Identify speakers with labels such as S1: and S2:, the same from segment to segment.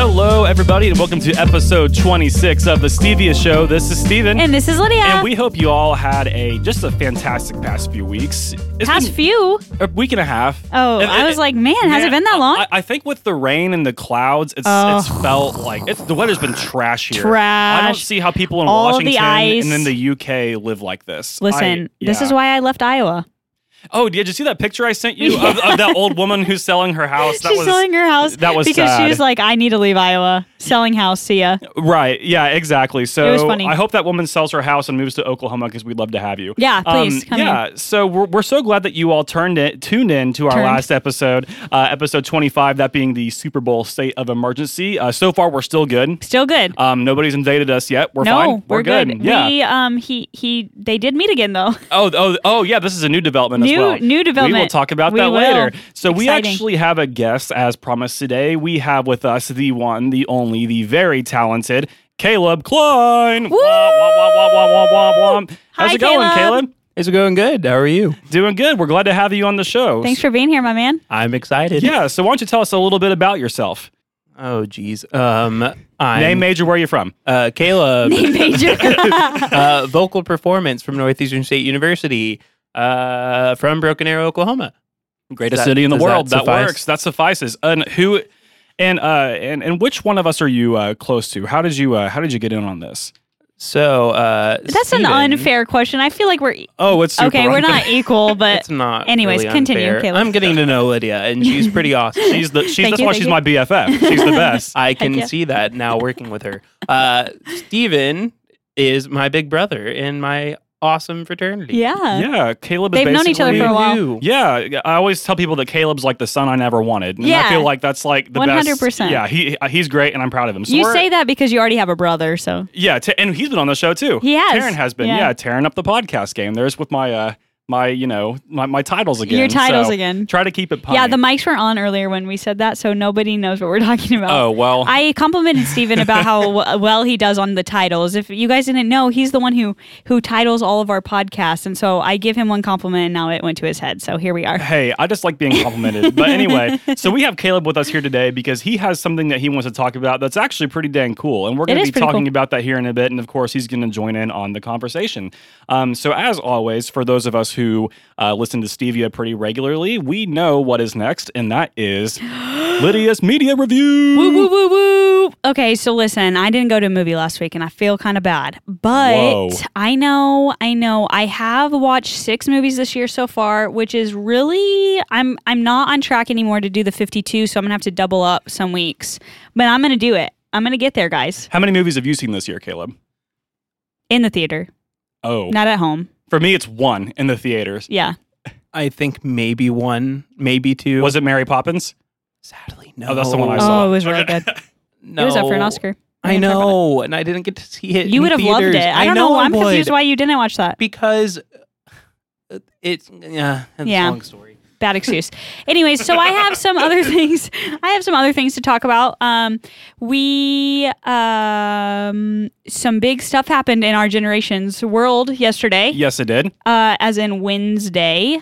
S1: everybody, and welcome to episode 26 of the Stevia Show. This is Steven.
S2: And this is Lydia.
S1: And we hope you all had a just a fantastic past few weeks. It's
S2: Past
S1: been
S2: few.
S1: a week and a half.
S2: Oh,
S1: And-
S2: I was like, man, has it been that long?
S1: I, I think with the rain and the clouds, it's
S2: Oh.
S1: it's felt like it's the weather's been trash here. I don't
S2: Trash.
S1: see how people in
S2: All the
S1: Washington
S2: ice.
S1: and in the UK live like this.
S2: Listen,
S1: I-
S2: this
S1: yeah.
S2: is why I left Iowa.
S1: Oh, did you see that picture I sent you of, of that old woman who's selling her house? That
S2: She's
S1: was
S2: selling her house
S1: that was
S2: because
S1: sad.
S2: she was like, I need to leave Iowa. Selling house, see ya.
S1: Right. Yeah, exactly. So
S2: It was funny.
S1: I hope that woman sells her house and moves to Oklahoma because we'd love to have you. Um,
S2: Yeah, please, come
S1: yeah. So we're, we're so glad that you all turned it tuned in to our
S2: Turned.
S1: last episode, uh, episode 25, that being the Super Bowl state of emergency. Uh, so far, we're still good.
S2: Still good.
S1: Um, nobody's invaded us yet. We're
S2: no,
S1: fine.
S2: we're, good.
S1: Yeah.
S2: We um he he they did meet again though.
S1: Oh, oh, oh, yeah. This is a new development as well.
S2: New- new
S1: We will
S2: development.
S1: talk about
S2: We
S1: that
S2: will.
S1: later. So we
S2: Exciting.
S1: actually have a guest, as promised today. We have with us the one, the only, the very talented Caleb Klein. Wah, wah, wah, wah, wah, wah, wah, wah. How's
S2: Hi,
S1: it going,
S2: Caleb.
S1: Caleb?
S3: It's going good. How are you?
S1: Doing good. We're glad to have you on the show.
S2: Thanks for being here, my man.
S3: I'm excited.
S1: yeah. So why don't you tell us a little bit about yourself?
S3: Oh, geez. Um, I'm
S1: Name, major, where are you from?
S3: uh, Caleb,
S2: Name major.
S3: uh, vocal performance from Northeastern State University, uh, from Broken Arrow, Oklahoma.
S1: Greatest
S3: Does that-
S1: city in the
S3: does
S1: world. That,
S3: that suffice?
S1: works. That suffices. And who? And uh, and and which one of us are you uh, close to? How did you uh, how did you get in on this?
S3: So uh,
S2: That's
S3: Steven-
S2: an unfair question. I feel like we're
S1: Oh, it's super
S2: okay. We're
S1: unfair.
S2: not equal, but
S3: It's not.
S2: Anyways,
S3: really
S2: continue,
S3: unfair.
S2: Caleb.
S3: I'm getting to know Lydia, and she's pretty awesome.
S1: She's the she's
S2: Thank
S1: that's
S2: you,
S1: why
S2: thank
S1: she's
S2: you. Uh,
S1: my BFF. She's the best.
S3: I can
S2: yeah.
S3: see that now working with her. Uh, Steven is my big brother in my awesome fraternity.
S2: yeah.
S1: yeah, Caleb. Is
S2: They've known each other
S1: basically-
S2: for a while.
S3: Who knew?
S1: Yeah, I always tell people that Caleb's like the son I never wanted. And I
S2: Yeah.
S1: feel like that's like the best.
S2: 100%.
S1: Yeah, he uh, he's great, and I'm proud of him. So
S2: You
S1: we're-
S2: say that because you already have a brother, so
S1: yeah, t- and he's been on the show too.
S2: He has.
S1: Taryn has been. Yeah.
S2: Yeah.
S1: tearing up the podcast game. There's with my uh my you know my, my titles again.
S2: your titles
S1: So
S2: again.
S1: Try to keep it. Punny.
S2: Yeah, the mics were on earlier when we said that, so nobody knows what we're talking about.
S1: oh well.
S2: I complimented Steven about how w- well he does on the titles. If you guys didn't know, he's the one who who titles all of our podcasts, and so I give him one compliment, and now it went to his head. So here we are.
S1: Hey, I just like being complimented. but anyway, so we have Caleb with us here today because he has something that he wants to talk about that's actually pretty dang cool. And we're going
S2: It
S1: to
S2: is
S1: be
S2: pretty
S1: talking
S2: cool.
S1: about that here in a bit. And of course, he's going to join in on the conversation. Um, so, as always, for those of us who uh, listen to Stevia pretty regularly, we know what is next, and that is Lydia's Media Review.
S2: Woo woo woo woo. Okay, so listen, I didn't go to a movie last week, and I feel kind of bad, but
S1: Whoa.
S2: I know, I know, I have watched six movies this year so far, which is really I'm I'm not on track anymore to do the 52, so I'm gonna have to double up some weeks, but I'm gonna do it. I'm gonna get there, guys,
S1: How many movies have you seen this year, Caleb?
S2: in the theater,
S1: Oh,
S2: not at home.
S1: for me, it's one in the theaters.
S2: Yeah.
S3: I think maybe one, maybe two.
S1: Was it Mary Poppins?
S3: Sadly, no.
S1: Oh, that's the one I saw.
S2: Oh, it was really good.
S3: No.
S2: Oh, It was up for an Oscar. We're
S3: I
S2: gonna talk about
S3: know, and I didn't get to see it.
S2: it. You
S3: in
S2: would have loved it.
S3: theaters.
S2: I don't know.
S3: I
S2: I'm
S3: would,
S2: confused why you didn't watch that.
S3: because uh, it's yeah, that's
S2: Yeah.
S3: a long story.
S2: Bad excuse. Anyways, so I have some other things. I have some other things to talk about. Um, we um, some big stuff happened in our generation's world yesterday.
S1: Yes, it did.
S2: Uh, as in Wednesday.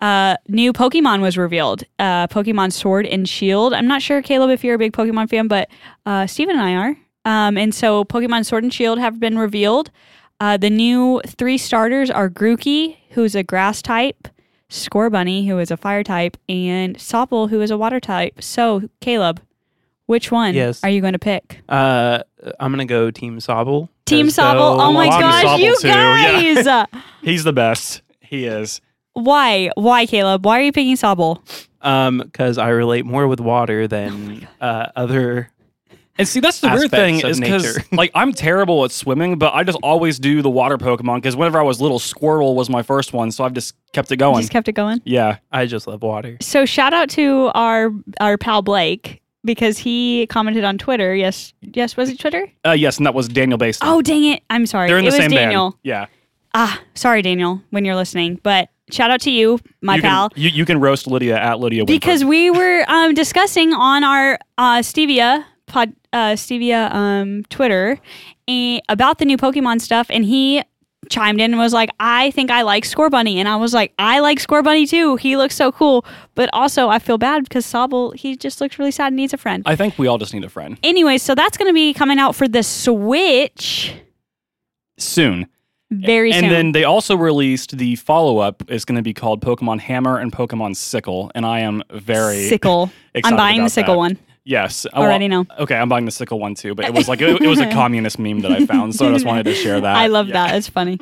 S2: Uh, new Pokemon was revealed. Uh, Pokemon Sword and Shield. I'm not sure, Caleb, if you're a big Pokemon fan, but uh, Steven and I are. Um, and so Pokemon Sword and Shield have been revealed. Uh, the new three starters are Grookey, who's a grass type, Scorbunny, who is a fire type, and Sopple, who is a water type. So, Caleb, which one
S3: Yes.
S2: are you going to pick?
S3: Uh, I'm gonna go Team Sobble.
S2: Team
S3: as
S2: Sobble.
S3: though-
S2: Oh my
S1: Team
S2: gosh,
S1: Sobble
S2: you
S1: too, yeah.
S2: guys!
S1: He's the best. He is.
S2: Why? Why, Caleb? Why are you picking Sobble?
S3: Um, because I relate more with water
S2: Oh
S3: than uh, other.
S1: And see, that's the weird
S3: aspects
S1: thing
S3: of
S1: is because
S3: nature.
S1: like I'm terrible at swimming, but I just always do the water Pokemon because whenever I was little, Squirtle was my first one, so I've just kept it going.
S2: Just kept it going.
S1: yeah,
S3: I just love water.
S2: So shout out to our our pal Blake because he commented on Twitter. Yes, yes, was it Twitter?
S1: uh, yes, and that was Daniel Basin.
S2: Oh dang it! I'm sorry.
S1: they're in
S2: it
S1: the
S2: was
S1: same
S2: Daniel.
S1: band. Yeah,
S2: Ah, sorry, Daniel, when you're listening. But shout out to you, my
S1: you
S2: pal.
S1: Can, you you can roast Lydia at Lydia Whimper.
S2: because we were um, discussing on our uh, stevia pod uh, stevia um, Twitter eh, about the new Pokemon stuff, and he chimed in and was like, I think I like Score Bunny. And I was like, I like Score Bunny too. He looks so cool. But also, I feel bad because Sobble, he just looks really sad and needs a friend.
S1: I think we all just need a friend
S2: anyway, so that's going to be coming out for the Switch
S1: soon.
S2: very
S1: and
S2: soon.
S1: then they also released the follow up. It's going to be called Pokemon Hammer and Pokemon Sickle, and I am very
S2: Sickle.
S1: excited
S2: I'm buying the
S1: about
S2: sickle
S1: that.
S2: one.
S1: Yes, I
S2: Already know.
S1: Okay, I'm buying the sickle one too, but it was like it, it was a communist meme that I found, so I just wanted to share that.
S2: I love
S1: Yeah.
S2: that. It's funny.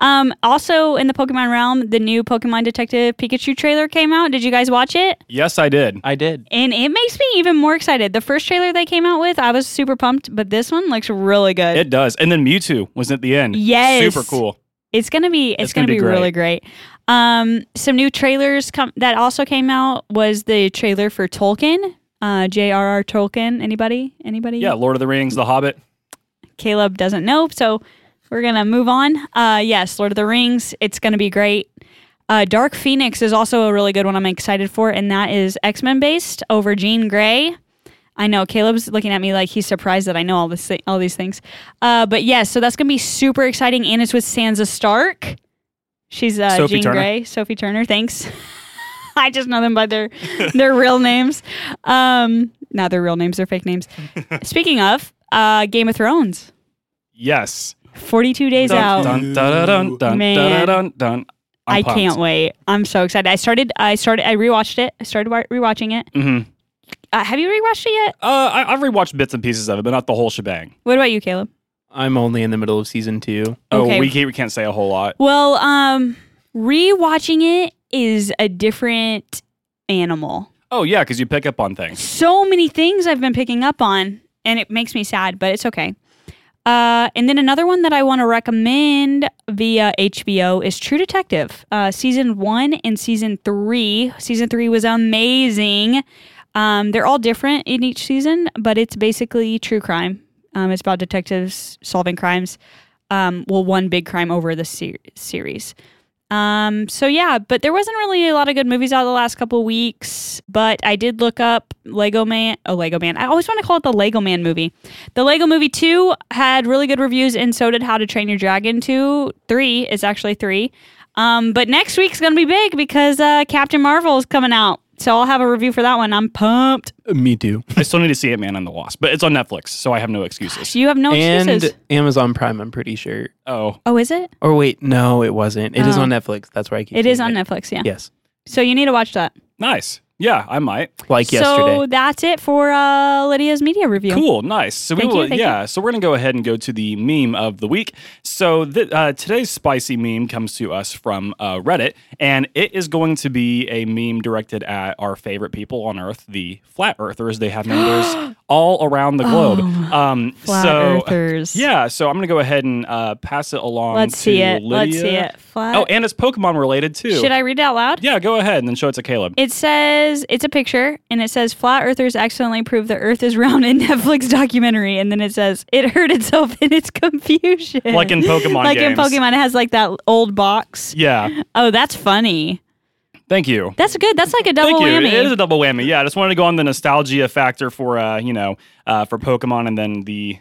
S2: Um, also, in the Pokemon realm, the new Pokemon Detective Pikachu trailer came out. Did you guys watch it?
S1: Yes, I did.
S3: I did.
S2: And it makes me even more excited. The first trailer they came out with, I was super pumped, but this one looks really good.
S1: It does. And then Mewtwo was at the end.
S2: Yes.
S1: Super cool.
S2: it's gonna be it's,
S1: It's
S2: gonna,
S1: gonna
S2: be,
S1: be great.
S2: really great. Um, some new trailers come that also came out was the trailer for Tolkien, uh, J.R.R. Tolkien. Anybody? Anybody?
S1: Yeah, Lord of the Rings, The Hobbit.
S2: Caleb doesn't know. So we're going to move on. Uh, yes, Lord of the Rings. It's going to be great. Uh, Dark Phoenix is also a really good one I'm excited for, and that is X Men based over Jean Grey. I know Caleb's looking at me like he's surprised that I know all this thi- all these things. Uh, but yes, so that's gonna be super exciting, and it's with Sansa Stark. She's uh,
S1: Sophie
S2: Jean
S1: Turner.
S2: Grey, Sophie Turner. Thanks. I just know them by their their real names. Um, not their real names; they're fake names. Speaking of uh, Game of Thrones,
S1: Yes.
S2: 42 days
S1: Dun,
S2: out.
S1: dun, dun, dun, dun,
S2: Man.
S1: dun, dun, dun. I'm
S2: I
S1: pumped.
S2: can't wait. I'm so excited. I started. I started. I rewatched it. I started wa- rewatching it.
S1: Mhm.
S2: Uh, have you rewatched it yet?
S1: Uh, I, I've rewatched bits and pieces of it, but not the whole shebang.
S2: What about you, Caleb?
S3: I'm only in the middle of season two.
S1: Oh,
S2: Okay.
S1: we, can't, we can't say a whole lot.
S2: Well, um, rewatching it is a different animal.
S1: Oh, yeah, because you pick up on things.
S2: So many things I've been picking up on, and it makes me sad, but it's okay. Uh, and then another one that I want to recommend via HBO is True Detective, uh, season one and season three. Season three was amazing. Um, they're all different in each season, but it's basically true crime. Um, it's about detectives solving crimes. Um, well, one big crime over the ser- series. Um, so yeah, but there wasn't really a lot of good movies out the last couple weeks. But I did look up Lego Man. Oh, Lego Man! I always want to call it the Lego Man movie. The Lego Movie Two had really good reviews, and so did How to Train Your Dragon Two. Three is actually three. Um, but next week's gonna be big because uh, Captain Marvel is coming out. So I'll have a review for that one. I'm pumped.
S3: Me too.
S2: Oh,
S1: I still need to see It Man and the Wasp, but it's on Netflix, so I have no excuses.
S2: So you have no excuses.
S3: And Amazon Prime, I'm pretty sure.
S1: Oh,
S2: oh, is it?
S3: Or wait, no, it wasn't. It is
S2: Oh.
S3: on Netflix. That's why I keep
S2: It is on
S3: saying
S2: Netflix. Yeah.
S3: Yes.
S2: So you need to watch that.
S1: nice. Yeah, I might.
S3: Like
S2: So
S3: yesterday.
S2: that's it for uh, Lydia's media review.
S1: Cool, nice. So
S2: Thank
S1: we
S2: you,
S1: will,
S2: thank you.
S1: yeah. So we're gonna go ahead and go to the meme of the week. So th- uh, today's spicy meme comes to us from uh, Reddit, and it is going to be a meme directed at our favorite people on Earth, the flat earthers. They have members all around the globe. um,
S2: Oh, Flat
S1: so
S2: Earthers.
S1: yeah, so I'm gonna go ahead and uh, pass it along.
S2: Let's
S1: to
S2: see it. Let's
S1: Lydia.
S2: see it. Flat.
S1: Oh, and it's Pokemon related too.
S2: Should I read it out loud?
S1: Yeah, go ahead and then show it to Caleb.
S2: It says it's a picture, and it says flat earthers accidentally prove the Earth is round in Netflix documentary, and then it says it hurt itself in its confusion.
S1: Like in Pokemon
S2: like in
S1: games.
S2: Pokemon, it has like that old box.
S1: Yeah,
S2: Oh, that's funny.
S1: thank you.
S2: That's good. That's like a double
S1: Thank you.
S2: whammy.
S1: It is a double whammy. Yeah, I just wanted to go on the nostalgia factor for uh, you know, uh, for Pokemon, and then the,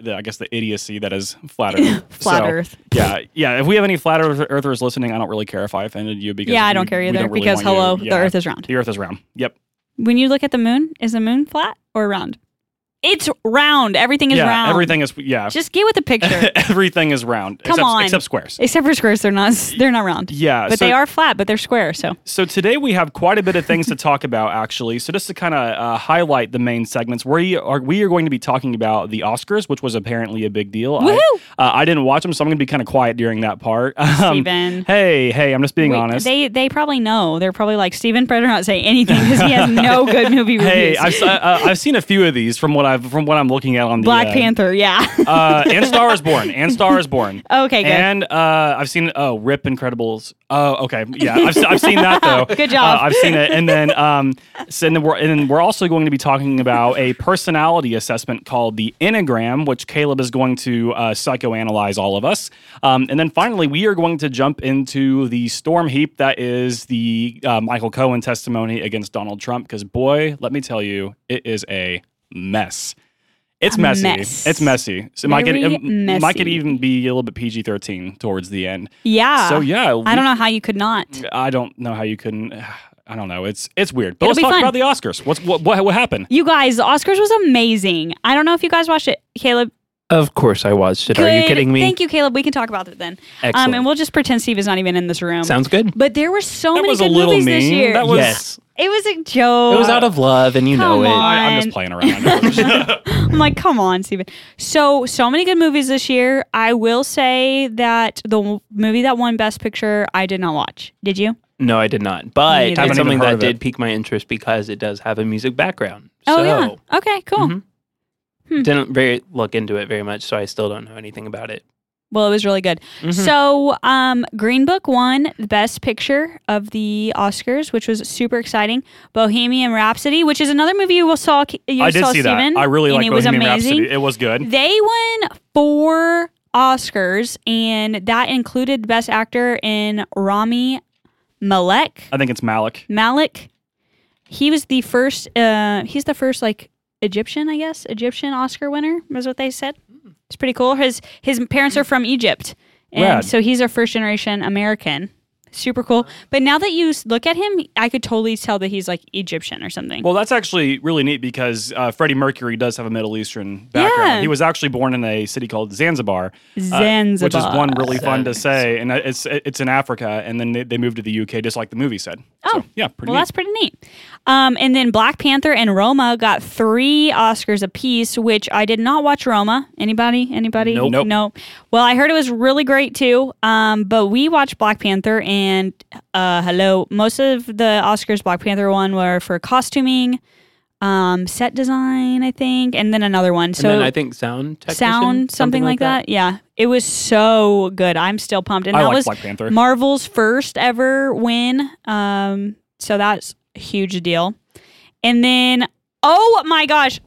S1: the I guess the idiocy that is flat Earth.
S2: Flat
S1: So,
S2: Earth.
S1: Yeah, yeah. If we have any flat Earth- Earthers listening, I don't really care if I offended you because
S2: yeah, I
S1: we-
S2: don't care
S1: we
S2: either
S1: really
S2: because
S1: want you-
S2: hello, the
S1: yeah.
S2: Earth is round.
S1: The Earth is round. Yep.
S2: When you look at the moon, is the moon flat or round? It's round. Everything is
S1: yeah.
S2: round.
S1: Everything is yeah.
S2: Just get with the picture.
S1: everything is round.
S2: Come
S1: except,
S2: on.
S1: Except squares.
S2: Except for squares, they're not. They're not round.
S1: Yeah.
S2: but
S1: so-
S2: they are flat, but they're square. So
S1: So today we have quite a bit of things to talk about, actually. So just to kind of uh, highlight the main segments, we are we are going to be talking about the Oscars, which was apparently a big deal. I,
S2: Woohoo!
S1: uh, I didn't watch them, so I'm going to be kind of quiet during that part. Um,
S2: Steven.
S1: hey, hey, I'm just being
S2: Wait,
S1: honest.
S2: they they probably know. They're probably like Steven better not say anything because he has no good movie reviews.
S1: Hey, I've, s- uh, I've seen a few of these from what I've from what I'm looking at on the
S2: Black
S1: uh,
S2: Panther. Yeah.
S1: uh, and Star is Born, and Star is Born.
S2: Okay, good.
S1: And uh, I've seen oh, Rip Incredibles. Oh, okay, yeah, I've, se- I've seen that though.
S2: Good job.
S1: Uh, I've seen it, and then um, so, and then we're and then we're also going to be talking about a personality assessment called the Enneagram, which Caleb is going to uh, psychoanalyze all of us. Um, and then finally, we are going to jump into the storm heap that is the uh, Michael Cohen testimony against Donald Trump. Because boy, let me tell you, it is a mess It's
S2: A
S1: messy.
S2: mess.
S1: It's messy. So it might get,
S2: Very
S1: it might get
S2: messy.
S1: even be a little bit PG thirteen towards the end.
S2: Yeah.
S1: so yeah,
S2: I don't know how you could not.
S1: I don't know how you couldn't. I don't know. It's it's weird. But
S2: It'll
S1: let's
S2: be
S1: talk
S2: fun.
S1: about the Oscars. What's what what, what happened?
S2: You guys, the Oscars was amazing. I don't know if you guys watched it, Caleb.
S3: Of course I watched it. Are you
S2: Good.
S3: kidding me?
S2: Thank you, Caleb. We can talk about it then.
S3: Excellent.
S2: Um, and we'll just pretend Steve is not even in this room.
S3: Sounds good.
S2: but there were so
S1: That
S2: many
S1: was a
S2: good
S1: little
S2: movies this
S1: mean.
S2: year.
S1: That was-
S3: yes.
S2: it was a joke.
S3: It was out of love and you
S2: Come
S3: know it.
S2: on.
S1: I, I'm just playing around.
S2: I'm like, come on, Steven. So, so many good movies this year. I will say that the w- movie that won Best Picture, I did not watch. Did you?
S3: No, I did not.
S2: neither.
S3: But
S2: Haven't
S3: it's
S1: even
S3: something
S1: heard
S3: that
S1: of it.
S3: did pique my interest because it does have a music background.
S2: Oh,
S3: so,
S2: yeah. Okay, cool.
S1: mm-hmm.
S3: Mhm. Didn't very look into it very much, so I still don't know anything about it.
S2: Well, it was really good.
S1: Mm-hmm.
S3: Mhm.
S2: So, um, Green Book won the Best Picture of the Oscars, which was super exciting. Bohemian Rhapsody, which is another movie you saw. You
S1: I did
S2: saw
S1: see
S2: Steven,
S1: that. I really
S2: and
S1: like
S2: it was
S1: Bohemian
S2: amazing.
S1: Rhapsody. It was good.
S2: They won four Oscars, and that included Best Actor in Rami Malek.
S1: I think it's Malik.
S2: Malik. He was the first. Uh, he's the first like Egyptian, I guess, Egyptian Oscar winner was what they said. It's pretty cool. His his parents are from Egypt, and
S1: Rad.
S2: so he's a first generation American. Super cool. But now that you s- look at him, I could totally tell that he's like Egyptian or something.
S1: Well, that's actually really neat because uh, Freddie Mercury does have a Middle Eastern background.
S2: Yeah.
S1: He was actually born in a city called Zanzibar, uh,
S2: Zanzibar,
S1: which is one really fun to say. And it's it's in Africa, and then they, they moved to the UK, just like the movie said.
S2: Oh.
S1: so, yeah, pretty
S2: Well,
S1: neat.
S2: that's pretty neat. Um, and then Black Panther and Roma got three Oscars apiece, which I did not watch Roma. Anybody? Anybody?
S1: Nope. Nope.
S2: No. Well, I heard it was really great too. Um, but we watched Black Panther, and uh, hello, most of the Oscars Black Panther won were for costuming, um, set design, I think, and then another one. So
S3: and then I think sound technician,
S2: sound, something, like that. Yeah, it was so good. I'm still pumped, and
S1: I
S2: that
S1: like
S2: was
S1: Black Panther.
S2: Marvel's first ever win. Um, so that's a huge deal. And then, oh my gosh,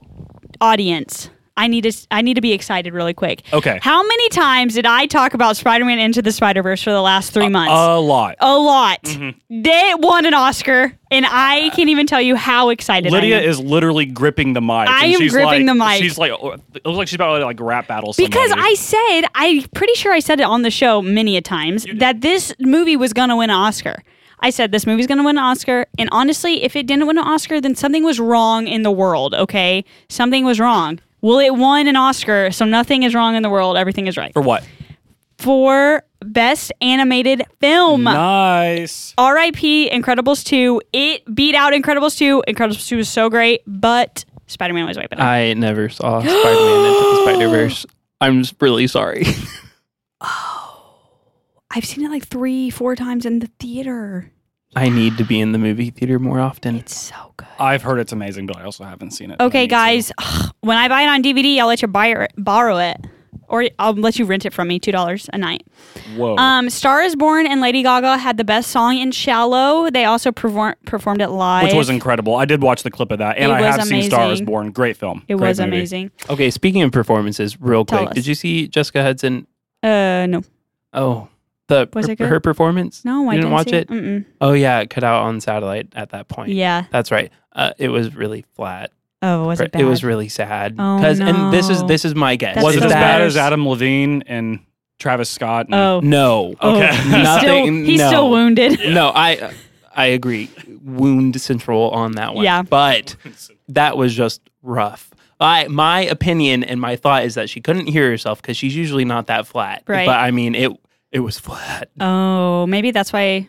S2: audience. I need to I need to be excited really quick.
S1: Okay.
S2: How many times did I talk about Spider-Man into the Spider-Verse for the last
S1: Uh,
S2: 3 months?
S1: a lot.
S2: a lot.
S1: mm-hmm.
S2: They won an Oscar and I can't even tell you how excited I
S1: Uh, Lydia
S2: am.
S1: is literally gripping the mic.
S2: I
S1: and
S2: am
S1: she's like,
S2: gripping the mic.
S1: She's like, oh, it looks like she's about to like rap battle.
S2: because
S1: somebody.
S2: I said, I'm pretty sure I said it on the show many a times that this movie was going to win an Oscar. I said this movie's going to win an Oscar, and honestly, if it didn't win an Oscar, then something was wrong in the world. Okay, something was wrong. Well, it won an Oscar, so nothing is wrong in the world. Everything is right
S1: for what?
S2: for best animated film.
S1: Nice.
S2: R.I.P. Incredibles two. It beat out Incredibles two. Incredibles two was so great, but Spider Man was way better.
S3: I never saw Spider Man into the Spider Verse. I'm s- really sorry.
S2: I've seen it like three, four times in the theater.
S3: I need to be in the movie theater more often.
S2: It's so good.
S1: I've heard it's amazing, but I also haven't seen it. I
S2: Okay,
S1: need to.
S2: guys. ugh, when I buy it on DVD, I'll let you buy it, borrow it, or I'll let you rent it from me, two dollars a night.
S1: Whoa.
S3: Oh.
S2: Um, "Star Is Born" and Lady Gaga had the best song in "Shallow." They also perform- performed it live,
S1: which was incredible. I did watch the clip of that, and
S2: It
S1: I
S2: was
S1: have seen Star is
S2: amazing.
S1: Born. Great film.
S2: It
S1: Great
S2: was
S1: movie.
S2: amazing.
S3: Okay, speaking of performances, real
S2: Tell
S3: quick,
S2: us.
S3: did you see Jessica Hudson?
S2: Uh, no,
S3: Oh, the
S2: Was
S3: her,
S2: it good?
S3: her performance?
S2: no,
S3: you
S2: I
S3: didn't,
S2: didn't
S3: watch
S2: see
S3: it.
S2: Mm-mm.
S3: Oh yeah, it cut out on satellite at that point.
S2: Yeah.
S3: that's right. Uh, it was really flat.
S2: Oh, was it bad?
S3: was really sad.
S2: Oh,
S3: and this is
S2: no.
S3: this is my guess.
S2: That's
S1: Was it
S2: so
S1: as bad
S2: bad.
S1: as Adam Levine and Travis Scott? and-
S2: Oh,
S3: No.
S1: Okay.
S2: he's
S3: Nothing-
S2: Still, he's
S3: no.
S2: still wounded.
S3: No, I I agree. Wound central on that one.
S2: Yeah.
S3: But that was just rough. I, my opinion and my thought is that she couldn't hear herself because she's usually not that flat.
S2: Right.
S3: But I mean, it it was flat.
S2: Oh, maybe that's why.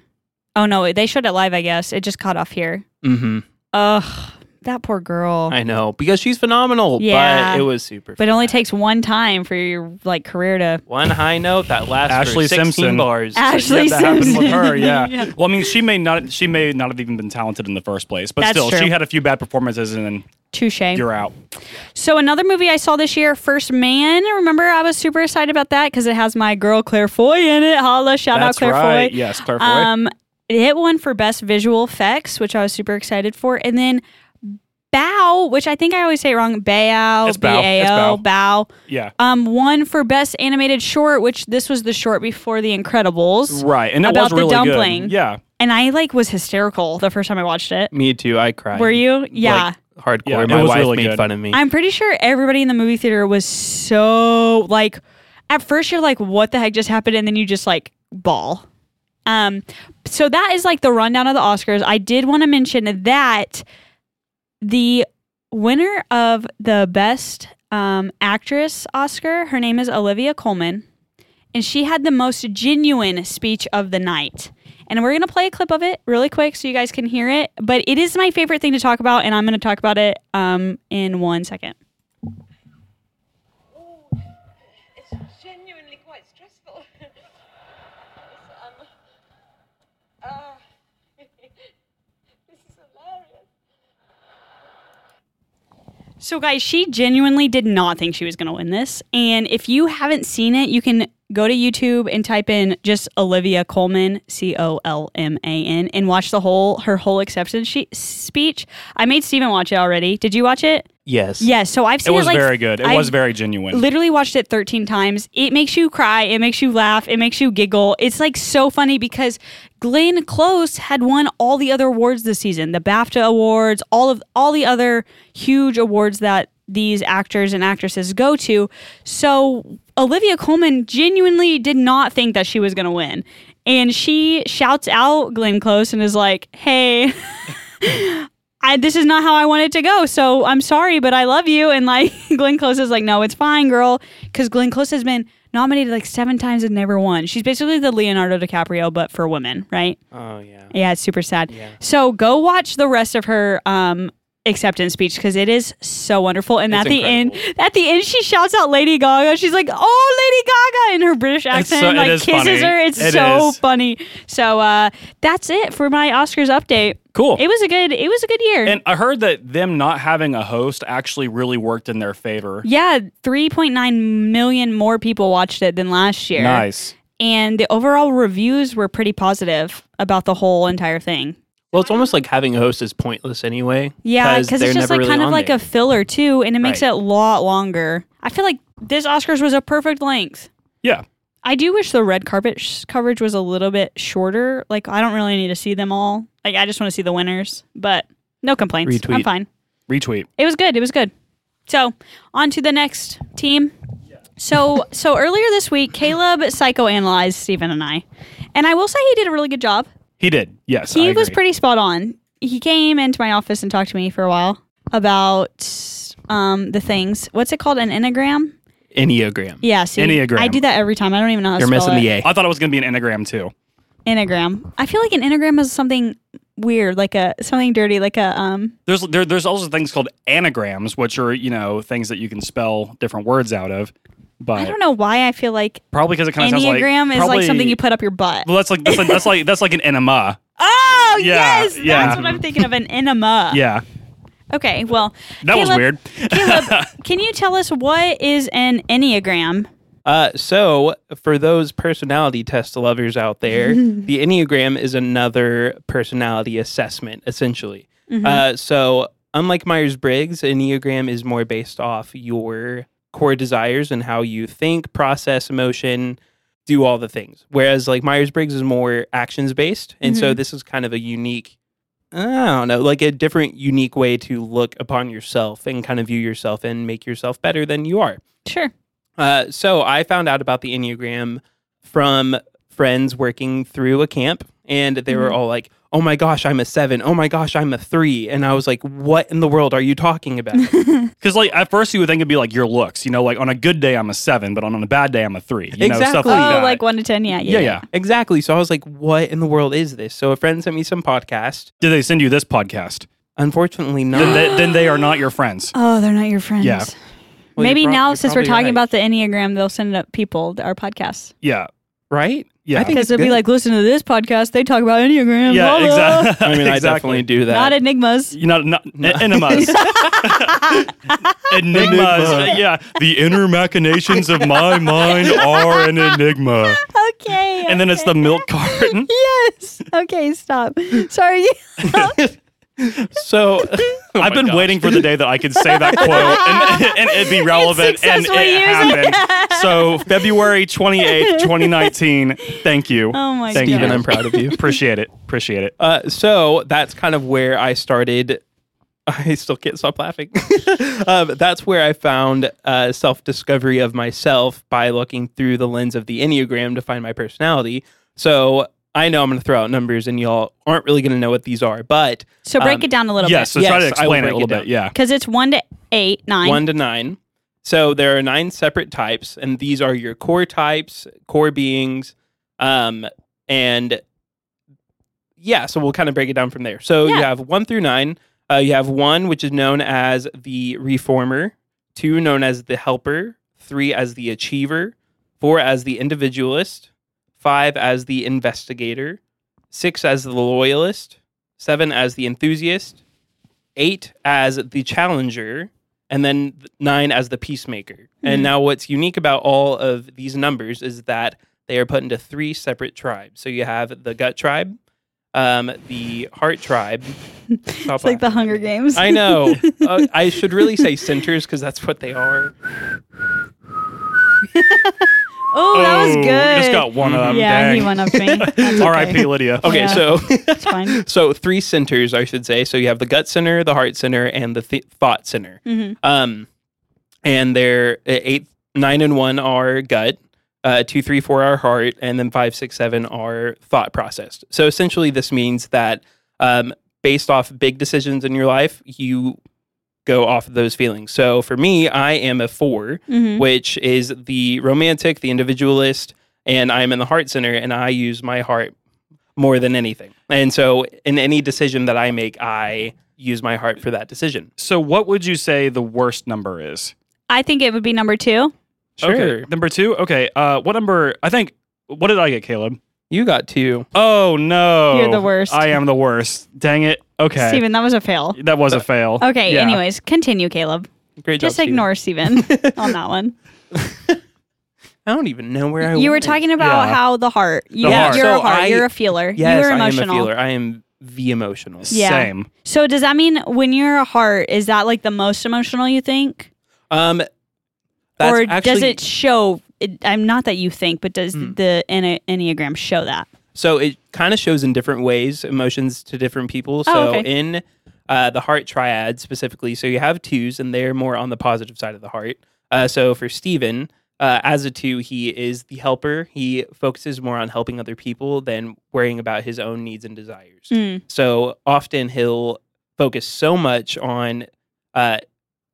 S2: Oh no, they showed it live. I guess it just caught off here.
S3: hmm
S2: Ugh, that poor girl.
S3: I know because she's phenomenal.
S2: Yeah.
S3: But it was super.
S2: But it only
S3: flat.
S2: takes one time for your like career to.
S3: one high note that lasts
S1: Ashley
S3: for 16
S1: Simpson.
S3: bars.
S2: Ashley
S1: that happened with
S2: Simpson.
S1: her. Yeah. Well, I mean, she may not she may not have even been talented in the first place, but
S2: That's
S1: still,
S2: true.
S1: she had a few bad performances, and then
S2: Touche.
S1: you're out.
S2: So another movie I saw this year, First Man. Remember, I was super excited about that because it has my girl Claire Foy in it. Holla, shout
S1: That's
S2: out Claire
S1: right.
S2: Foy.
S1: Yes, Claire Foy.
S2: Um, it hit one for best visual effects, which I was super excited for, and then Bow, which I think I always say it wrong, Bao,
S1: It's Bao. It's
S2: B-A-O,
S1: Bao.
S2: Bow.
S1: yeah.
S2: Um, one for best animated short, which this was the short before The Incredibles,
S1: Right, and that
S2: about
S1: was
S2: the
S1: really
S2: dumpling.
S1: good. Yeah,
S2: and I like was hysterical the first time I watched it.
S3: Me too. I cried.
S2: Were you? Yeah.
S3: Like, hardcore.
S1: Yeah, it
S3: My
S1: was
S3: wife
S1: really
S3: made
S1: good.
S3: fun of me.
S2: I'm pretty sure everybody in the movie theater was so like at first you're like what the heck just happened and then you just like ball. Um so that is like the rundown of the Oscars. I did want to mention that the winner of the best um, actress Oscar, her name is Olivia Colman, and she had the most genuine speech of the night. And we're going to play a clip of it really quick so you guys can hear it. But it is my favorite thing to talk about, and I'm going to talk about it um, in one second.
S4: Oh, it's genuinely quite stressful. It's, um, uh, this is hilarious.
S2: So, guys, she genuinely did not think she was going to win this. And if you haven't seen it, you can go to YouTube and type in just Olivia Coleman, C O L M A N, and watch the whole her whole acceptance she- speech. I made Steven watch it already. Did you watch it?
S3: yes.
S2: Yes. So I've
S1: It
S2: seen it,
S1: was
S2: like,
S1: very good. It
S2: I
S1: was very genuine.
S2: Literally watched it 13 times. It makes you cry. It makes you laugh. It makes you giggle. It's like so funny because Glenn Close had won all the other awards this season, the BAFTA awards, all of all the other huge awards that these actors and actresses go to. So Olivia Coleman genuinely did not think that she was going to win. And she shouts out Glenn Close and is like, "Hey, I, this is not how I want it to go. So I'm sorry, but I love you. And like Glenn Close is like, no, it's fine, girl. Because Glenn Close has been nominated like seven times and never won. She's basically the Leonardo DiCaprio, but for women, right?
S3: Oh yeah.
S2: Yeah, it's super sad. So go watch the rest of her um, acceptance speech because it is so wonderful. And
S3: It's
S2: at the end,
S3: incredible.
S2: at the end, she shouts out Lady Gaga. She's like, "Oh, Lady Gaga!" in her British accent,
S1: so- it
S2: and, like
S1: is
S2: kisses
S1: funny.
S2: her. It's
S1: It
S2: so
S1: is.
S2: funny. So uh, that's it for my Oscars update.
S1: Cool.
S2: It was a good. It was a good year.
S1: and I heard that them not having a host actually really worked in their favor.
S2: Yeah, 3.9 million more people watched it than last year.
S1: Nice.
S2: And the overall reviews were pretty positive about the whole entire thing.
S3: Well, it's almost like having a host is pointless anyway.
S2: Yeah, because
S3: they're
S2: it's just
S3: never
S2: like
S3: really
S2: kind of
S3: on
S2: like
S3: there.
S2: a filler too, and it makes
S3: Right.
S2: it a lot longer. I feel like this Oscars was a perfect length.
S1: Yeah.
S2: I do wish the red carpet sh- coverage was a little bit shorter. Like, I don't really need to see them all. Like, I just want to see the winners, but no complaints. I'm
S3: Retweet.
S2: fine.
S1: Retweet.
S2: It was good. It was good. So on to the next team. So so earlier this week, Caleb psychoanalyzed Stephen and I, and I will say he did a really good job.
S1: He did. Yes.
S2: He
S1: I
S2: was
S1: agree.
S2: pretty spot on. He came into my office and talked to me for a while about um, the things. What's it called? An enneagram?
S3: enneagram.
S2: Yeah. See,
S1: Enneagram.
S2: I do that every time. I don't even know how to
S3: You're
S2: spell
S3: missing the
S2: it.
S3: A.
S1: I thought it was going to be an enneagram too.
S2: Enneagram. I feel like an enneagram is something weird, like a something dirty, like a um.
S1: There's there, there's also things called anagrams, which are you know things that you can spell different words out of. But
S2: I don't know why I feel like
S1: probably because it kind of sounds like
S2: enneagram is like
S1: probably-
S2: something you put up your butt.
S1: Well, that's like that's like that's like, that's like an enema.
S2: Oh
S1: Yeah,
S2: yes,
S1: yeah.
S2: that's what I'm thinking of an enema.
S1: Yeah,
S2: Okay. Well,
S1: that was
S2: Caleb-
S1: weird.
S2: Caleb, can you tell us what is an enneagram?
S3: Uh, so for those personality test lovers out there, the enneagram is another personality assessment, essentially. Uh, so unlike Myers Briggs, enneagram is more based off your core desires and how you think, process emotion, do all the things. Whereas like Myers Briggs is more actions based, and so this is kind of a unique I don't know, like a different, unique way to look upon yourself and kind of view yourself and make yourself better than you are.
S2: Sure.
S3: Uh, so I found out about the Enneagram from friends working through a camp, and they
S2: Mm-hmm.
S3: were all like, "Oh my gosh, I'm a seven. Oh my gosh, I'm a three. And I was like, "What in the world are you talking about?"
S1: Because like at first you would think it'd be like your looks. You know, like on a good day I'm a seven, but on a bad day I'm a three. You know, stuff
S3: Exactly.
S1: like
S2: oh,
S1: that.
S2: like one to ten. Yeah. Yeah.
S1: yeah, yeah.
S3: exactly. So I was like, "What in the world is this?" So a friend sent me some podcast.
S1: Did they send you this podcast?
S3: Unfortunately,
S1: Then
S3: not.
S1: they, then they are not your friends.
S2: Oh, they're not your friends.
S1: Yeah.
S3: Well,
S2: Maybe
S3: you're prob-
S2: now,
S3: you're
S2: since we're
S3: probably
S2: talking
S3: right.
S2: about the enneagram, they'll send up people our podcasts
S1: Yeah,
S3: right,
S1: Yeah.
S3: I think
S2: because
S3: it's
S2: they'll be
S3: good.
S2: like, "Listen to this podcast. They talk about enneagrams.
S1: yeah,
S2: blah, blah."
S1: exactly.
S3: I mean, I definitely do that.
S2: Not enigmas.
S1: You know, not, E-, enemas. enigmas.
S3: Enigma.
S1: yeah, the inner machinations of my mind are an enigma.
S2: Okay.
S1: And then it's the milk carton.
S2: yes. Okay. Stop. Sorry.
S3: so. Oh
S1: I've been waiting for the day that I could say that quote and, and it'd be relevant and
S2: successfully
S1: it
S2: use
S1: happened. So February 28th, 2019. Thank you.
S2: Oh my
S1: Thank
S2: gosh.
S1: You.
S3: Even I'm proud of you.
S1: Appreciate it. Appreciate it.
S3: Uh, so that's kind of where I started I still can't stop laughing. um, that's where I found uh, self discovery of myself by looking through the lens of the Enneagram to find my personality. So I know I'm going to throw out numbers and y'all aren't really going to know what these are, but
S2: So break
S3: Um,
S2: it down a little
S1: Yeah,
S2: bit.
S1: so try
S3: Yes, I
S1: to
S3: will
S1: explain it a
S3: break it
S1: little
S3: down.
S1: bit. Yeah.
S2: Because it's one to eight, nine.
S3: one to nine. So there are nine separate types, and these are your core types, core beings, um, and yeah. So we'll kind of break it down from there. So you
S2: Yeah.
S3: have one through nine. Uh, you have one, which is known as the reformer, two known as the helper, three as the achiever, four as the individualist, five as the investigator, six as the loyalist, seven as the enthusiast, eight as the challenger, and then th- nine as the peacemaker.
S2: Hmm.
S3: And now, what's unique about all of these numbers is that they are put into three separate tribes. So you have the gut tribe, um, the heart tribe.
S2: it's like the Hunger Games.
S3: I know. Uh, I should really say centers because that's what they are.
S2: oh, that was
S1: Oh,
S2: good.
S1: You just got one of them.
S2: yeah,
S1: Dang.
S2: he went up to me. That's okay.
S1: R.I.P. Lydia.
S3: Okay,
S2: Yeah.
S3: so
S2: It's fine.
S3: so three centers, I should say. So you have the gut center, the heart center, and the th- thought center.
S2: Mhm.
S3: Um, and they're uh, eight, nine, and one are gut. Uh, two, three, four are heart, and then five, six, seven are thought processed. So essentially, this means that um, based off big decisions in your life, you go off of those feelings. So for me, I am a 4
S2: Mhm.
S3: which is the romantic, the individualist, and I'm in the heart center, and I use my heart more than anything. And so, in any decision that I make, I use my heart for that decision.
S1: So, what would you say the worst number is?
S2: I think it would be number two.
S1: Okay. Number two. Okay. Uh, what number? I think. What did I get, Caleb?
S3: you got two.
S1: Oh no!
S2: You're the worst.
S1: I am the worst. Dang it. Okay.
S2: Steven, that was a fail.
S1: That was a fail.
S2: Okay,
S1: Yeah.
S2: anyways, continue, Caleb.
S3: Great job.
S2: Just ignore Steven on that one.
S3: Steven. I don't even know where I.
S2: you were
S3: was.
S2: talking about
S1: Yeah.
S2: how the heart. You,
S1: The heart.
S2: You're a
S3: So
S2: heart.
S3: I-
S2: you're a feeler.
S3: Yes,
S2: you're
S3: I am a
S2: emotional.
S3: feeler. I am the emotional.
S2: Yeah.
S1: Same.
S2: So does that mean when you're a heart, is that like the most emotional you think,
S3: Um, that's
S2: or
S3: actually,
S2: does it show? It, I'm not that you think, but does
S3: Hmm.
S2: the enne- enneagram show that?
S3: So it kind of shows in different ways emotions to different people. So
S2: okay.
S3: in uh, the heart triad specifically, so you have twos and they're more on the positive side of the heart. Uh, so for Steven, uh, as a two, he is the helper. He focuses more on helping other people than worrying about his own needs and desires.
S2: Mm.
S3: So often he'll focus so much on uh,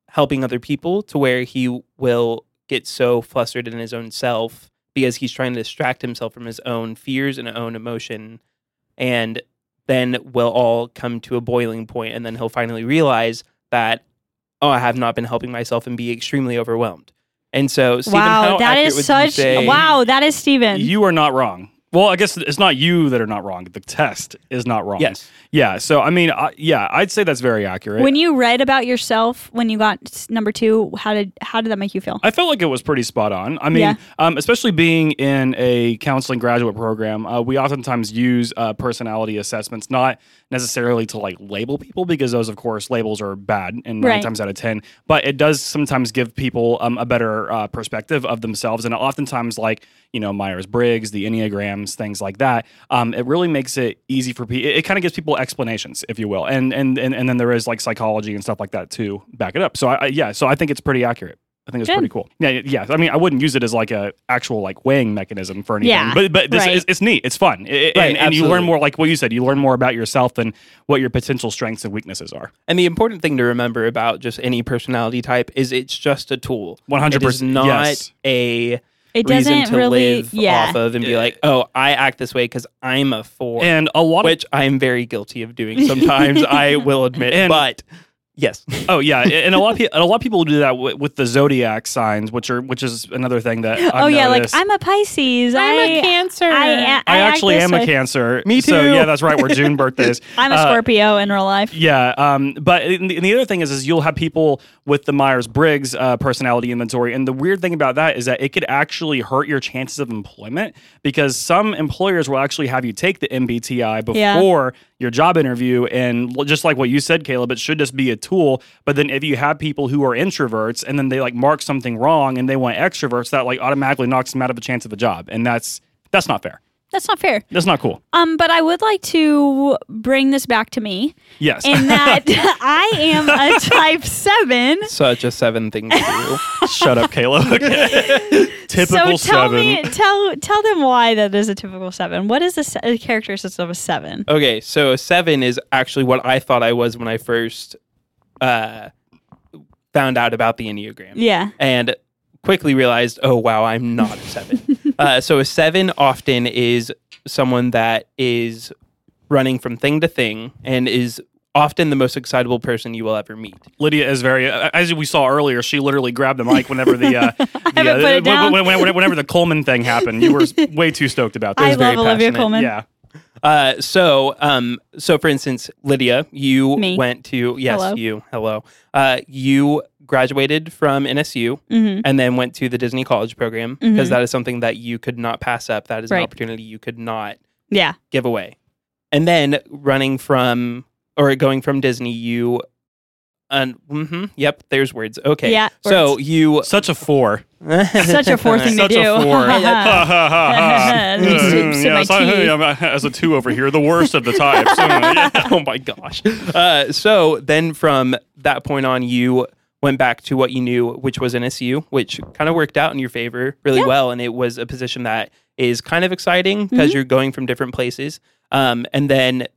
S3: helping other people to where he will get so flustered in his own self because he's trying to distract himself from his own fears and own emotion. And then we'll all come to a boiling point, and then he'll finally realize that, oh, I have not been helping myself and be extremely overwhelmed. And so, Stephen,
S2: wow,
S3: how
S2: that
S3: accurate
S2: is
S3: would you
S2: such.
S3: say-
S2: wow, that is Steven.
S1: You are not wrong. Well, I guess it's not you that are not wrong. The test is not wrong.
S3: Yes.
S1: Yeah. So, I mean, I, yeah, I'd say that's very accurate.
S2: when you read about yourself when you got s- number two, how did how did that make you feel?
S1: I felt like it was pretty spot on. I mean,
S2: Yeah.
S1: um, especially being in a counseling graduate program, uh, we oftentimes use uh, personality assessments, not necessarily to like label people, because those, of course, labels are bad and nine
S2: Right.
S1: times out of 10, but it does sometimes give people um, a better uh, perspective of themselves. And oftentimes, like, you know, Myers Briggs, the Enneagrams, things like that, um, it really makes it easy for people. It, it kind of gives people explanations, if you will. And, and, and, and then there is like psychology and stuff like that to back it up. So, I, I, yeah, so I think it's pretty accurate. I think it's
S2: Good.
S1: pretty cool. Yeah, y- yeah. I mean, I wouldn't use it as like a actual like weighing mechanism for anything.
S2: Yeah,
S1: but but this
S2: right.
S1: is, it's neat. It's fun, I- I- and,
S3: Right,
S1: and you learn
S3: absolutely.
S1: more like what you said. You learn more about yourself than what your potential strengths and weaknesses are.
S3: And the important thing to remember about just any personality type is it's just a tool.
S1: 100%,
S3: It is not
S1: yes.
S3: a
S2: It
S3: reason
S2: doesn't
S3: to
S2: really.
S3: live
S2: Yeah.
S3: off of and be like, oh, I act this way because I'm a four,
S1: And a lot
S3: which I'm very guilty of doing sometimes. I will admit,
S1: And-
S3: but yes,
S1: of oh yeah, and a lot of, pe- and a lot of people do that wi- with the zodiac signs, which are which is another thing that I've
S2: oh yeah,
S1: noticed.
S2: like I'm a Pisces. I'm a Cancer. I, a- I
S1: I
S2: act
S1: actually
S2: this
S1: am
S2: way.
S1: a Cancer.
S3: Me
S1: So
S3: too.
S1: yeah, that's right. We're June birthdays.
S2: I'm a
S1: Uh,
S2: Scorpio in real life.
S1: Yeah, um, but and the, and the other thing is, is you'll have people with the Myers Briggs uh, personality inventory, and the weird thing about that is that it could actually hurt your chances of employment because some employers will actually have you take the MBTI
S2: Yeah.
S1: before your job interview, and l- just like what you said, Caleb, it should just be a tool. But then if you have people who are introverts and then they like mark something wrong and they want extroverts, that like automatically knocks them out of a chance of a job, and that's that's not fair.
S2: That's not fair.
S1: That's not cool.
S2: Um, but I would like to bring this back to me
S1: Yes.
S2: in that I am a type seven.
S3: Such a seven thing to do.
S1: Shut up, Kayla. Typical
S2: so tell
S1: seven.
S2: me, tell tell them why that is a typical seven. What is the se- uh, characteristics of a seven?
S3: Okay, so a seven is actually what I thought I was when I first uh, found out about the Enneagram.
S2: Yeah.
S3: And quickly realized, oh, wow, I'm not a seven. uh, so a seven often is someone that is running from thing to thing and is often the most excitable person you will ever meet.
S1: Lydia is very, uh, as we saw earlier, she literally grabbed the mic whenever the, uh, the
S2: haven't put it down.
S1: when- when- when- whenever the Coleman thing happened. You were s- way too stoked about
S2: I
S1: this.
S2: love
S3: very
S2: Olivia
S3: passionate.
S2: Coleman.
S1: yeah.
S3: Uh, so, um, so for instance, Lydia, you
S2: Me.
S3: went to yes,
S2: Hello.
S3: you hello, uh, you graduated from NSU
S2: Mhm.
S3: and then went to the Disney College program because
S2: Mhm.
S3: is something that you could not pass up. That is
S2: Right.
S3: an opportunity you could not
S2: Yeah.
S3: give away. And then running from or going from Disney, you, and mhm, yep, there's words. Okay,
S2: Yeah,
S3: So you
S1: Such a four.
S2: Such a four thing to
S1: Such
S2: do.
S1: a four. Ha, ha, ha, ha. Mm,
S2: Let me sip- sip my
S1: Yeah, so-
S2: tea.
S1: hey, I'm, uh, As a two over here, the worst of the types. Uh, yeah.
S3: oh my gosh. Uh, so then from that point on, you went back to what you knew, which was NSU, which kind of worked out in your favor really
S2: Yeah.
S3: well. And it was a position that is kind of exciting because you're going from different places. Um, and then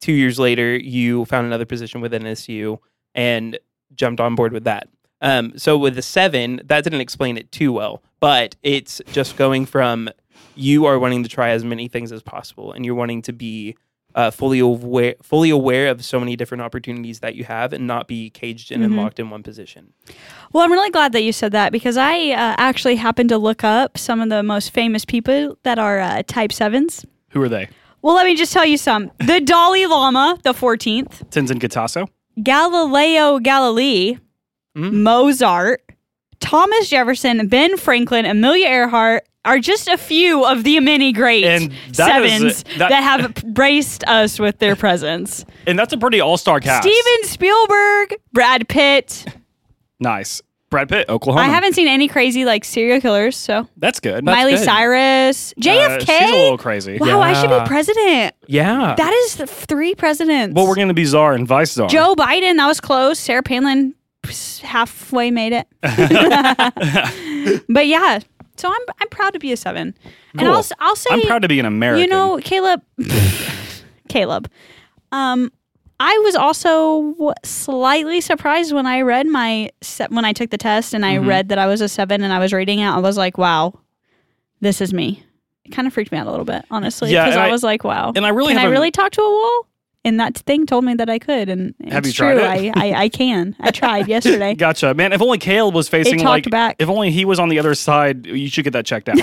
S3: two years later, you found another position with NSU and jumped on board with that. Um, so with the seven, that didn't explain it too well, but it's just going from you are wanting to try as many things as possible, and you're wanting to be uh, fully aware, fully aware of so many different opportunities that you have, and not be caged in
S2: Mm-hmm.
S3: and locked in one position.
S2: Well, I'm really glad that you said that because I uh, actually happened to look up some of the most famous people that are uh, type sevens.
S1: Who are they?
S2: Well, let me just tell you some. The Dalai Lama, the 14th,
S1: Tenzin Gitasso?
S2: Galileo Galilei,
S1: Hmm?
S2: Mozart, Thomas Jefferson, Ben Franklin, Amelia Earhart are just a few of the many great
S1: And that is-
S2: sevens
S1: that-
S2: that, have graced us with their presence.
S1: And that's a pretty all star cast.
S2: Steven Spielberg, Brad Pitt.
S1: Nice. Brad Pitt, Oklahoma.
S2: I haven't seen any crazy like serial killers, so
S1: That's good.
S2: Miley
S3: good.
S2: Cyrus,
S1: Uh,
S2: JFK.
S1: she's a little crazy.
S2: wow, I should
S3: Yeah.
S2: be president.
S3: Yeah,
S2: That is th- three presidents.
S1: Well, we're going to be czar and vice czar.
S2: Joe Biden, that was close. Sarah Palin pss, halfway made it. but yeah, so I'm I'm proud to be a seven, and
S1: Cool.
S2: I'll s- I'll say
S1: I'm proud to be an American.
S2: you know Caleb, Caleb, um. I was also slightly surprised when I read my se- when I took the test and
S1: Mm-hmm.
S2: I read that I was a seven and I was reading it. I was like, "Wow, this is me." It kind of freaked me out a little bit, honestly,
S1: Yeah,
S2: because
S1: and
S2: I,
S1: I-
S2: was like, "Wow."
S1: and I really
S2: can I
S1: haven't-
S2: really talk to a wall? And that thing told me that I could, and it's
S1: Have you
S2: true.
S1: tried it?
S2: I, I I can. I tried yesterday.
S1: Gotcha, man. If only Caleb was facing
S2: talked
S1: like,
S2: back.
S1: if only he was on the other side, you should get that checked out.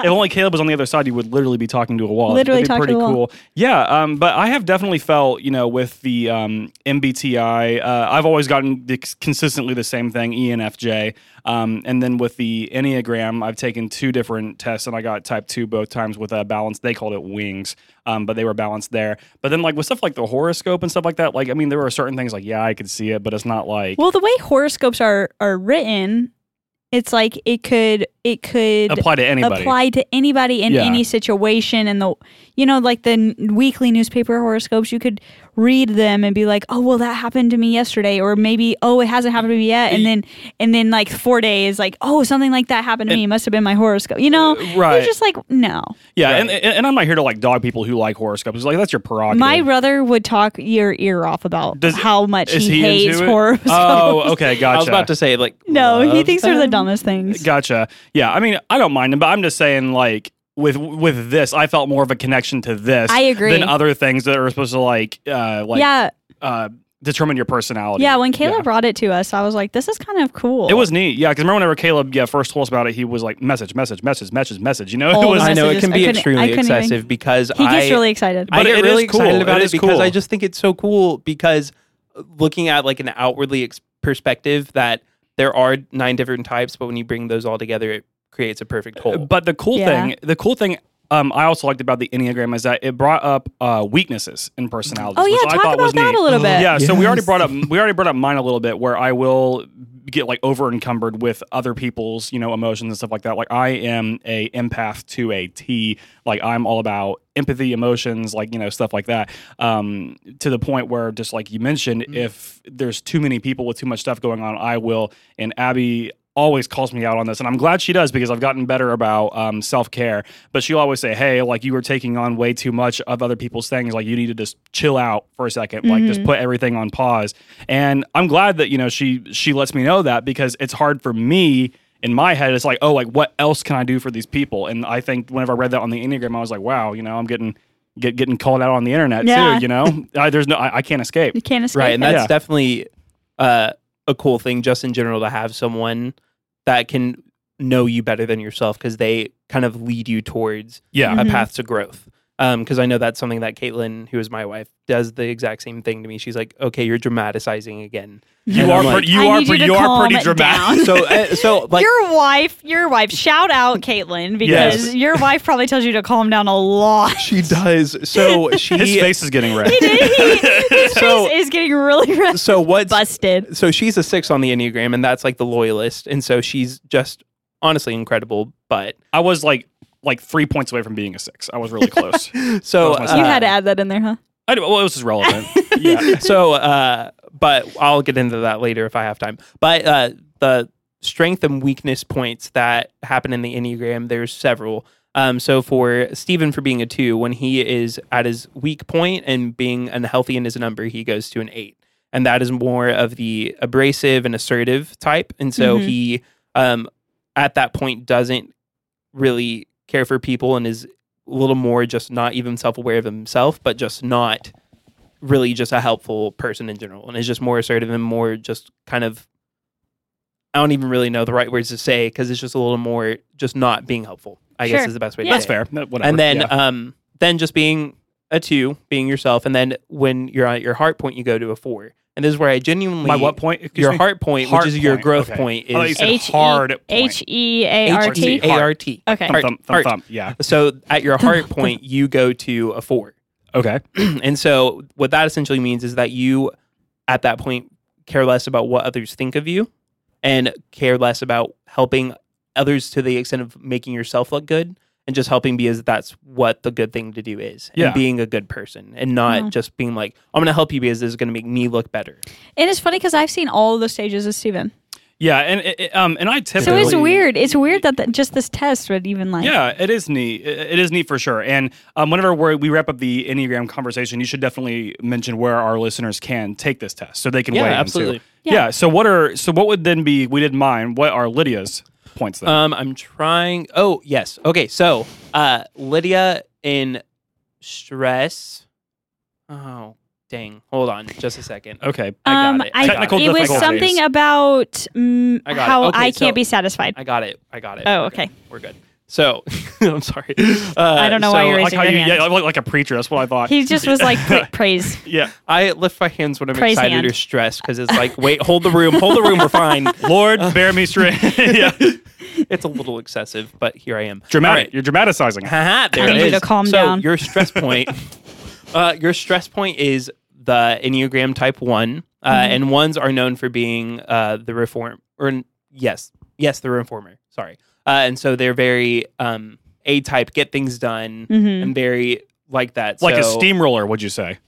S1: if only Caleb was on the other side, you would literally be talking to a wall.
S2: Literally
S1: That'd be
S2: talk
S1: pretty
S2: to a wall.
S1: cool. Yeah, um, but I have definitely felt, you know, with the um, MBTI, uh, I've always gotten the, consistently the same thing, E ENFJ, um, and then with the Enneagram, I've taken two different tests, and I got Type Two both times with a balance. They called it wings, um, but they were balanced there. But then, like with stuff like the horoscope and stuff like that, like I mean, there were certain things like, yeah, I could see it, but it's not like.
S2: Well, the way horoscopes are are written, it's like it could it could
S1: apply to anybody.
S2: apply to anybody in
S1: Yeah.
S2: any situation and the you know like the n- weekly newspaper horoscopes you could read them and be like oh well that happened to me yesterday or maybe oh it hasn't happened to me yet and then and then like four days like oh something like that happened to me it must have been my horoscope you know
S1: right.
S2: you're just like no
S1: Yeah,
S3: Right.
S1: and, and and I'm not here to like dog people who like horoscopes. It's Like that's your prerogative.
S2: my brother would talk your ear off about
S1: Does-
S2: how much
S1: is
S2: he,
S1: he
S2: hates
S1: into it?
S2: horoscopes
S1: Oh, okay, gotcha.
S3: I was about to say like
S2: no he
S3: love
S2: thinks they're the
S3: them.
S2: dumbest things
S1: Gotcha. Yeah, I mean, I don't mind them, but I'm just saying like with with this, I felt more of a connection to this.
S2: I agree.
S1: Than other things that are supposed to like uh like
S2: yeah
S1: uh determine your personality.
S2: yeah when caleb brought it to us i was like this is kind of cool
S1: It was neat, yeah. Because remember whenever Caleb, yeah, first told us about it, he was like message, message, message, message, message. You know,
S2: All
S1: it was
S2: the
S3: I know it
S2: messages.
S3: can
S2: I
S3: be
S2: couldn't- I
S3: extremely
S2: couldn't even-
S3: excessive because
S2: he gets
S3: I,
S2: really excited
S1: But
S3: I get
S1: it
S3: really
S1: is cool.
S3: excited about
S1: It
S3: it,
S1: is
S3: because
S1: cool.
S3: I just think it's so cool because uh, looking at like an outwardly ex- perspective that there are nine different types, but when you bring those all together, it creates a perfect whole.
S1: But the cool
S2: Yeah.
S1: thing, the cool thing um, I also liked about the Enneagram is that it brought up uh, weaknesses in personalities.
S2: Oh,
S1: which
S2: yeah,
S1: I
S2: talk
S1: thought was
S2: about that
S1: neat.
S2: a little bit.
S1: Yeah, so we already
S3: Yes.
S1: brought up we already brought up mine a little bit where I will get like over encumbered with other people's you know emotions and stuff like that like i am a empath to a t like i'm all about empathy emotions like you know stuff like that um to the point where just like you mentioned
S2: Mm-hmm.
S1: if there's too many people with too much stuff going on i will and abby always calls me out on this and i'm glad she does because i've gotten better about um, self-care but she'll always say hey like you were taking on way too much of other people's things like you need to just chill out for a 2nd like
S2: Mm-hmm.
S1: just put everything on pause and i'm glad that you know she she lets me know that because it's hard for me in my head it's like oh like what else can i do for these people and i think whenever i read that on the enneagram i was like wow you know i'm getting get, getting called out on the internet
S2: Yeah.
S1: too you know I, there's no I, I can't escape
S2: You can't escape.
S3: right and
S2: that.
S3: that's
S1: Yeah.
S3: definitely uh, a cool thing just in general to have someone that can know you better than yourself because they kind of lead you towards
S1: yeah
S3: a path to growth because i know that's something that caitlin who is my wife does the exact same thing to me she's like okay you're dramatizing again
S1: you
S3: And
S1: are
S3: I'm
S1: pretty, you
S3: like-
S2: I
S1: are
S2: need you
S1: pretty
S2: to
S1: you are
S2: calm
S1: pretty
S2: it
S1: dramatic
S2: down.
S3: so uh, so like
S2: your wife, your wife. Shout out Caitlin because
S1: Yes.
S2: your wife probably tells you to calm down a lot.
S3: she does so she
S1: his face is getting red
S2: His
S3: So-
S2: face is getting really red.
S3: so what's
S2: busted.
S3: so she's a six on the enneagram and that's like the loyalist and so she's just honestly incredible but
S1: I was like like three points away from being a six. I was really close.
S3: so
S1: That was my
S2: you
S1: Uh,
S2: had to add that in there, huh?
S1: I, well, it was just relevant. Yeah.
S3: so uh but i'll get into that later if i have time but uh the strength and weakness points that happen in the enneagram there's several um so for stephen for being a two when he is at his weak point and being unhealthy in his number he goes to an eight and that is more of the abrasive and assertive type and so
S2: Mhm.
S3: he um at that point doesn't really care for people and is a little more just not even self-aware of himself but just not really just a helpful person in general and is just more assertive and more just kind of i don't even really know the right words to say because it's just a little more just not being helpful i guess
S2: Sure.
S3: is the best way
S2: Yeah.
S3: to
S1: That's
S3: say it.
S1: fair. No, Whatever.
S3: and then
S1: Yeah.
S3: um then just being a two being yourself and then when you're at your heart point you go to a four and this is where i genuinely
S1: my what point? Excuse
S3: your
S1: me?
S3: heart point
S1: Heart
S3: which is your
S1: point,
S3: growth
S1: okay.
S3: point
S1: I thought you
S3: is
S1: said hard point.
S2: H E A R T.
S1: H-E-A-R-T.
S3: A-R-T.
S2: Okay.
S1: Thump,
S3: Heart-
S1: thump, thump,
S3: heart.
S1: thump. Yeah.
S3: So at your heart point, you go to a four.
S1: Okay.
S3: and so what that essentially means is that you, at that point, care less about what others think of you and care less about helping others to the extent of making yourself look good and just helping because that's what the good thing to do is
S1: Yeah.
S3: and being a good person and not
S2: Mhm.
S3: just being like, I'm going to help you because this is going to make me look better.
S2: And it's funny because I've seen all of those stages of Steven.
S1: Yeah. And it- it, um and I
S2: So
S1: typically
S2: it's weird. It's weird that th- just this test would even like.
S1: Yeah, it is neat. It it is neat for sure. And um, whenever we're, we wrap up the Enneagram conversation, you should definitely mention where our listeners can take this test so they can
S3: Yeah,
S1: weigh in, too.
S3: absolutely.
S1: Yeah. So what are so what would then be? We did mine. What are Lydia's points then?
S3: Um, I'm trying. Oh, yes. Okay. So, uh, Lydia in stress. Oh, dang. Hold on just a second. Oh,
S1: okay.
S3: I
S2: Um,
S3: got it.
S2: I,
S3: Technical
S2: it was
S1: difficulties.
S2: something about mm,
S3: I got it.
S2: how
S3: Okay,
S2: I can't
S3: so-
S2: be satisfied.
S3: I got it. I got it.
S2: Oh,
S3: We're
S2: okay.
S3: Good. We're good. So, I'm sorry. Uh, I
S2: don't know why you're-
S1: like
S2: raising
S1: how you,
S2: your hand.
S1: yeah, I look like a preacher. That's what I thought.
S2: He just was like pra- praise.
S1: yeah.
S3: I lift my hands when I'm
S2: Praise
S3: excited
S2: hand.
S3: or stressed because it's like, wait, hold the room, hold the room. We're fine.
S1: Lord, bear me straight. yeah.
S3: It's a little excessive, but here I am.
S1: Dramatic.
S3: All right.
S1: You're dramatizing. it.
S3: Haha, Uh-huh, there
S2: I
S3: it
S2: need you to
S3: is.
S2: calm
S3: so
S2: down.
S3: Your stress point. uh, your stress point is the Enneagram Type One, uh,
S2: Mm-hmm.
S3: and ones are known for being uh, the reform or n- yes, yes, the reformer. Sorry, uh, and so they're very um, A type, get things done,
S2: Mhm.
S3: and very like that.
S1: Like
S3: So
S1: a steamroller, would you say?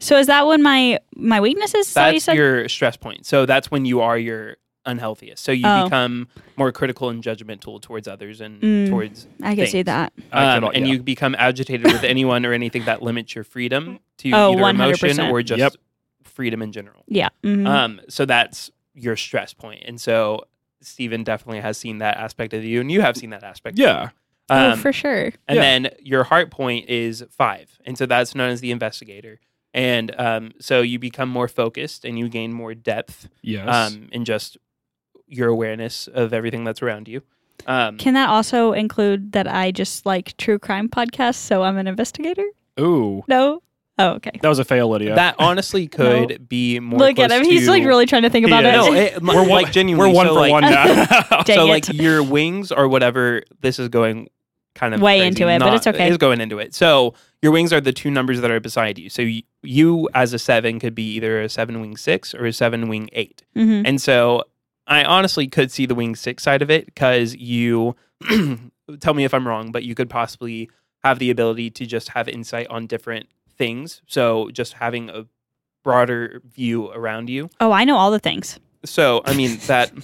S2: So is that one my my weaknesses? Is that what you
S3: That's
S2: said?
S3: your stress point. So that's when you are your unhealthiest. So you
S2: Oh.
S3: become more critical and judgmental towards others and
S2: Mm.
S3: towards
S2: I can see
S3: things.
S2: that.
S1: I could
S3: Um,
S1: al-
S3: and
S1: yeah.
S3: you become agitated with anyone or anything that limits your freedom to
S2: Oh,
S3: either emotion
S2: 100%.
S3: or just
S1: Yep.
S3: freedom in general.
S2: Yeah. Mhm.
S3: Um, so that's your stress point. And so Stephen definitely has seen that aspect of you, and you have seen that aspect. of
S1: Yeah.
S3: you.
S2: oh,
S3: Um,
S2: for sure.
S3: and
S1: Yeah.
S3: then your heart point is five. And so that's known as the investigator. And um, so you become more focused and you gain more depth
S1: Yes.
S3: um, in just your awareness of everything that's around you. Um,
S2: Can that also include that I just like true crime podcasts, so I'm an investigator?
S1: Ooh.
S2: No. Oh, okay.
S1: That was a fail, Lydia.
S3: That honestly could be more.
S2: Look at
S3: close
S2: him. He's
S3: to-
S2: like really trying to think about
S1: Yeah.
S2: it.
S3: No, eh.
S2: it.
S3: it, we're like genuinely.
S1: We're one
S3: so
S1: for
S3: like,
S1: one now.
S2: Dang
S3: so
S2: it.
S3: like your wings or whatever this is going kind of
S2: Way
S3: crazy,
S2: into it, but
S3: not-
S2: it's okay.
S3: It is going into it. So your wings are the two numbers that are beside you. So you, you as a seven could be either a seven wing six or a seven wing eight.
S2: Mhm.
S3: And so I honestly could see the Wing Six side of it because you tell me if I'm wrong, but you could possibly have the ability to just have insight on different things. So just having a broader view around you.
S2: Oh, I know all the things.
S3: So I mean that.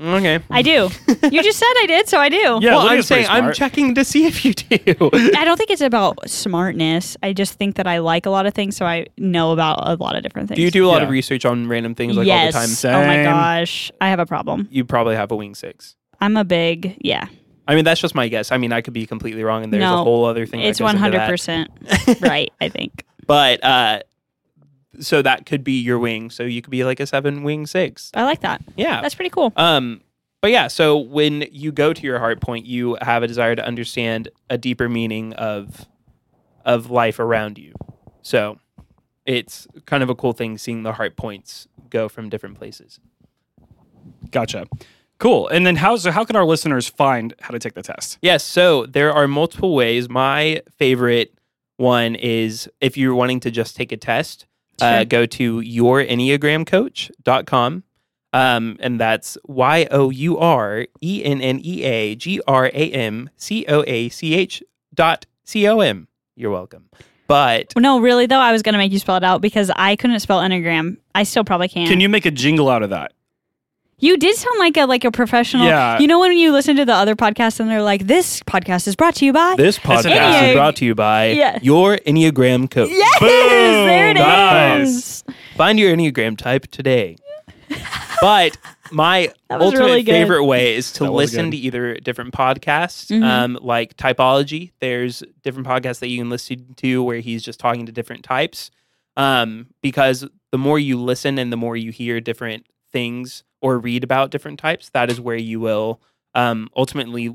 S3: Okay.
S2: I do. you just said I did, so I do.
S1: Yeah,
S3: well, I'm
S1: Lydia's pretty
S3: saying I'm
S1: smart.
S3: checking to see if you do.
S2: I don't think it's about smartness. I just think that I like a lot of things, so I know about a lot of different things.
S3: do you do a lot of
S1: Yeah.
S3: research on random things like
S2: yes.
S3: all the time?
S2: Oh my
S1: Same.
S2: gosh, I have a problem.
S3: You probably have a Wing Six.
S2: I'm a big yeah.
S3: I mean, that's just my guess. I mean, I could be completely wrong, and there's
S2: No,
S3: a whole other thing.
S2: It's
S3: that
S2: one
S3: goes into
S2: hundred
S3: that.
S2: percent right. I think.
S3: But uh, so that could be your wing. So you could be like a seven wing six.
S2: I like that.
S3: Yeah.
S2: That's pretty cool.
S3: um. But yeah. So when you go to your heart point, you have a desire to understand a deeper meaning of of life around you. So it's kind of a cool thing seeing the heart points go from different places.
S1: Gotcha. Cool. And then how so how can our listeners find how to take the test?
S3: Yes. So there are multiple ways. My favorite one is if you're wanting to just take a test, uh,
S2: Sure.
S3: go to yourenneagramcoach.com. Um, and that's Y O U R E N N E A G R A M C O A C H dot C O M. You're welcome. But
S2: No, really though, I was gonna make you spell it out because I couldn't spell enneagram. I still probably can.
S1: Can you make a jingle out of that?
S2: You did sound like a like a professional.
S1: Yeah.
S2: You know when you listen to the other podcasts and they're like, "This podcast is brought to you by."
S3: this podcast
S2: Enneag-
S3: is brought to you by
S2: Yeah.
S3: Your Enneagram Coach.
S2: yes, there it is.
S1: Nice.
S3: Find your Enneagram type today. but my
S2: That was
S3: ultimate
S2: really good.
S3: favorite way is to
S1: That was
S3: listen
S1: good.
S3: to either different podcasts,
S2: Mhm.
S3: um, like Typology. There's different podcasts that you can listen to where he's just talking to different types. Um, because the more you listen and the more you hear different things or read about different types, that is where you will um, ultimately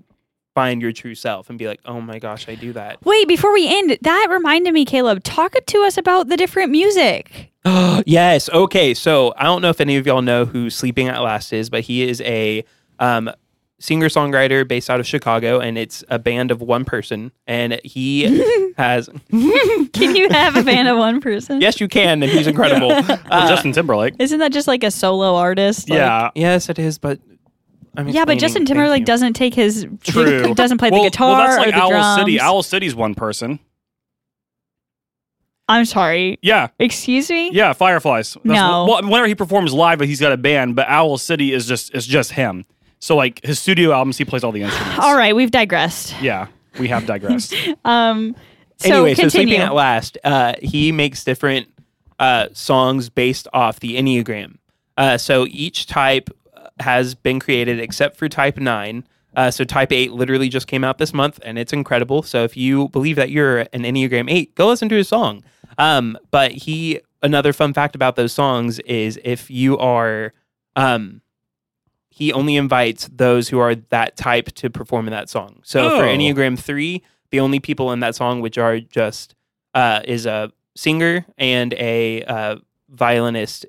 S3: find your true self and be like, oh my gosh, I do that.
S2: Wait, before we end, that reminded me, Caleb, talk to us about the different music.
S3: yes. Okay. So I don't know if any of y'all know who Sleeping At Last is, but he is a um, singer songwriter based out of Chicago, and it's a band of one person. And he has,
S2: Can you have a band of one person?
S3: yes, you can, and he's incredible.
S1: Well,
S3: Uh,
S1: Justin Timberlake.
S2: Isn't that just like a solo artist? Like-
S1: yeah.
S3: yes, it is, but I'm
S2: Yeah, but
S3: explaining.
S2: Justin
S3: Thank
S2: Timberlake
S3: you.
S2: doesn't take his
S1: True.
S2: He doesn't play
S1: well,
S2: the guitar
S1: Well, that's
S2: or
S1: like
S2: the
S1: Owl
S2: drums.
S1: City. Owl City's one person.
S2: I'm sorry.
S1: Yeah.
S2: Excuse me.
S1: Yeah, Fireflies. That's
S2: No.
S1: Well, whenever he performs live, he's got a band, but Owl City is just is just him. So like his studio albums, he plays all the instruments.
S2: All right, we've digressed.
S1: Yeah, we have digressed.
S2: Um. So
S3: anyway,
S2: continue.
S3: so sleeping at last, uh, he makes different uh, songs based off the enneagram. Uh, so each type uh, has been created except for type nine. Uh, so type eight literally just came out this month, and it's incredible. So if you believe that you're an enneagram eight, go listen to his song. Um, but he another fun fact about those songs is if you are um, he only invites those who are that type to perform in that song. So for
S1: Oh.
S3: Enneagram 3, the only people in that song which are just uh, is a singer and a uh, violinist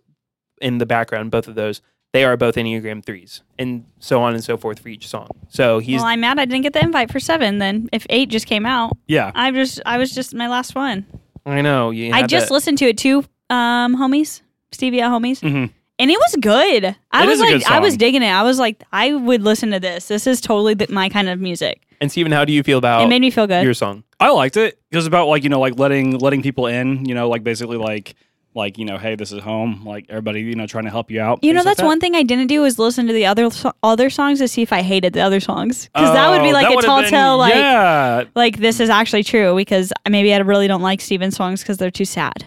S3: in the background, both of those, they are both Enneagram 3s and so on and so forth for each song. So he's
S2: Well, I'm mad I didn't get the invite for seven. Then if eight just came out,
S1: Yeah.
S2: I just I was just my last one.
S3: I know you
S2: I
S3: had
S2: just
S3: to-
S2: listened to it too, um, homies, Stevia homies,
S1: Mhm.
S2: and it was good. I
S1: It
S2: was
S1: is a
S2: like,
S1: good
S2: I was
S1: song.
S2: digging it. I was like, I would listen to this. This is totally the, my kind of music.
S3: And Steven, how do you feel
S2: it
S1: Oh,
S3: about
S2: made me feel good.
S3: your song?
S1: I liked it. It was about like you know like letting letting people in. You know like basically like like you know hey this is home. Like everybody you know trying to help you out.
S2: You know,
S1: things like
S2: that's
S1: that.
S2: one thing I didn't do was listen to the other so- other songs to see if I hated the other songs because that would be
S1: Oh,
S2: like a
S1: would've
S2: tall
S1: been-
S2: tale, like
S1: yeah.
S2: like this is actually true because maybe I really don't like Steven's songs because they're too sad.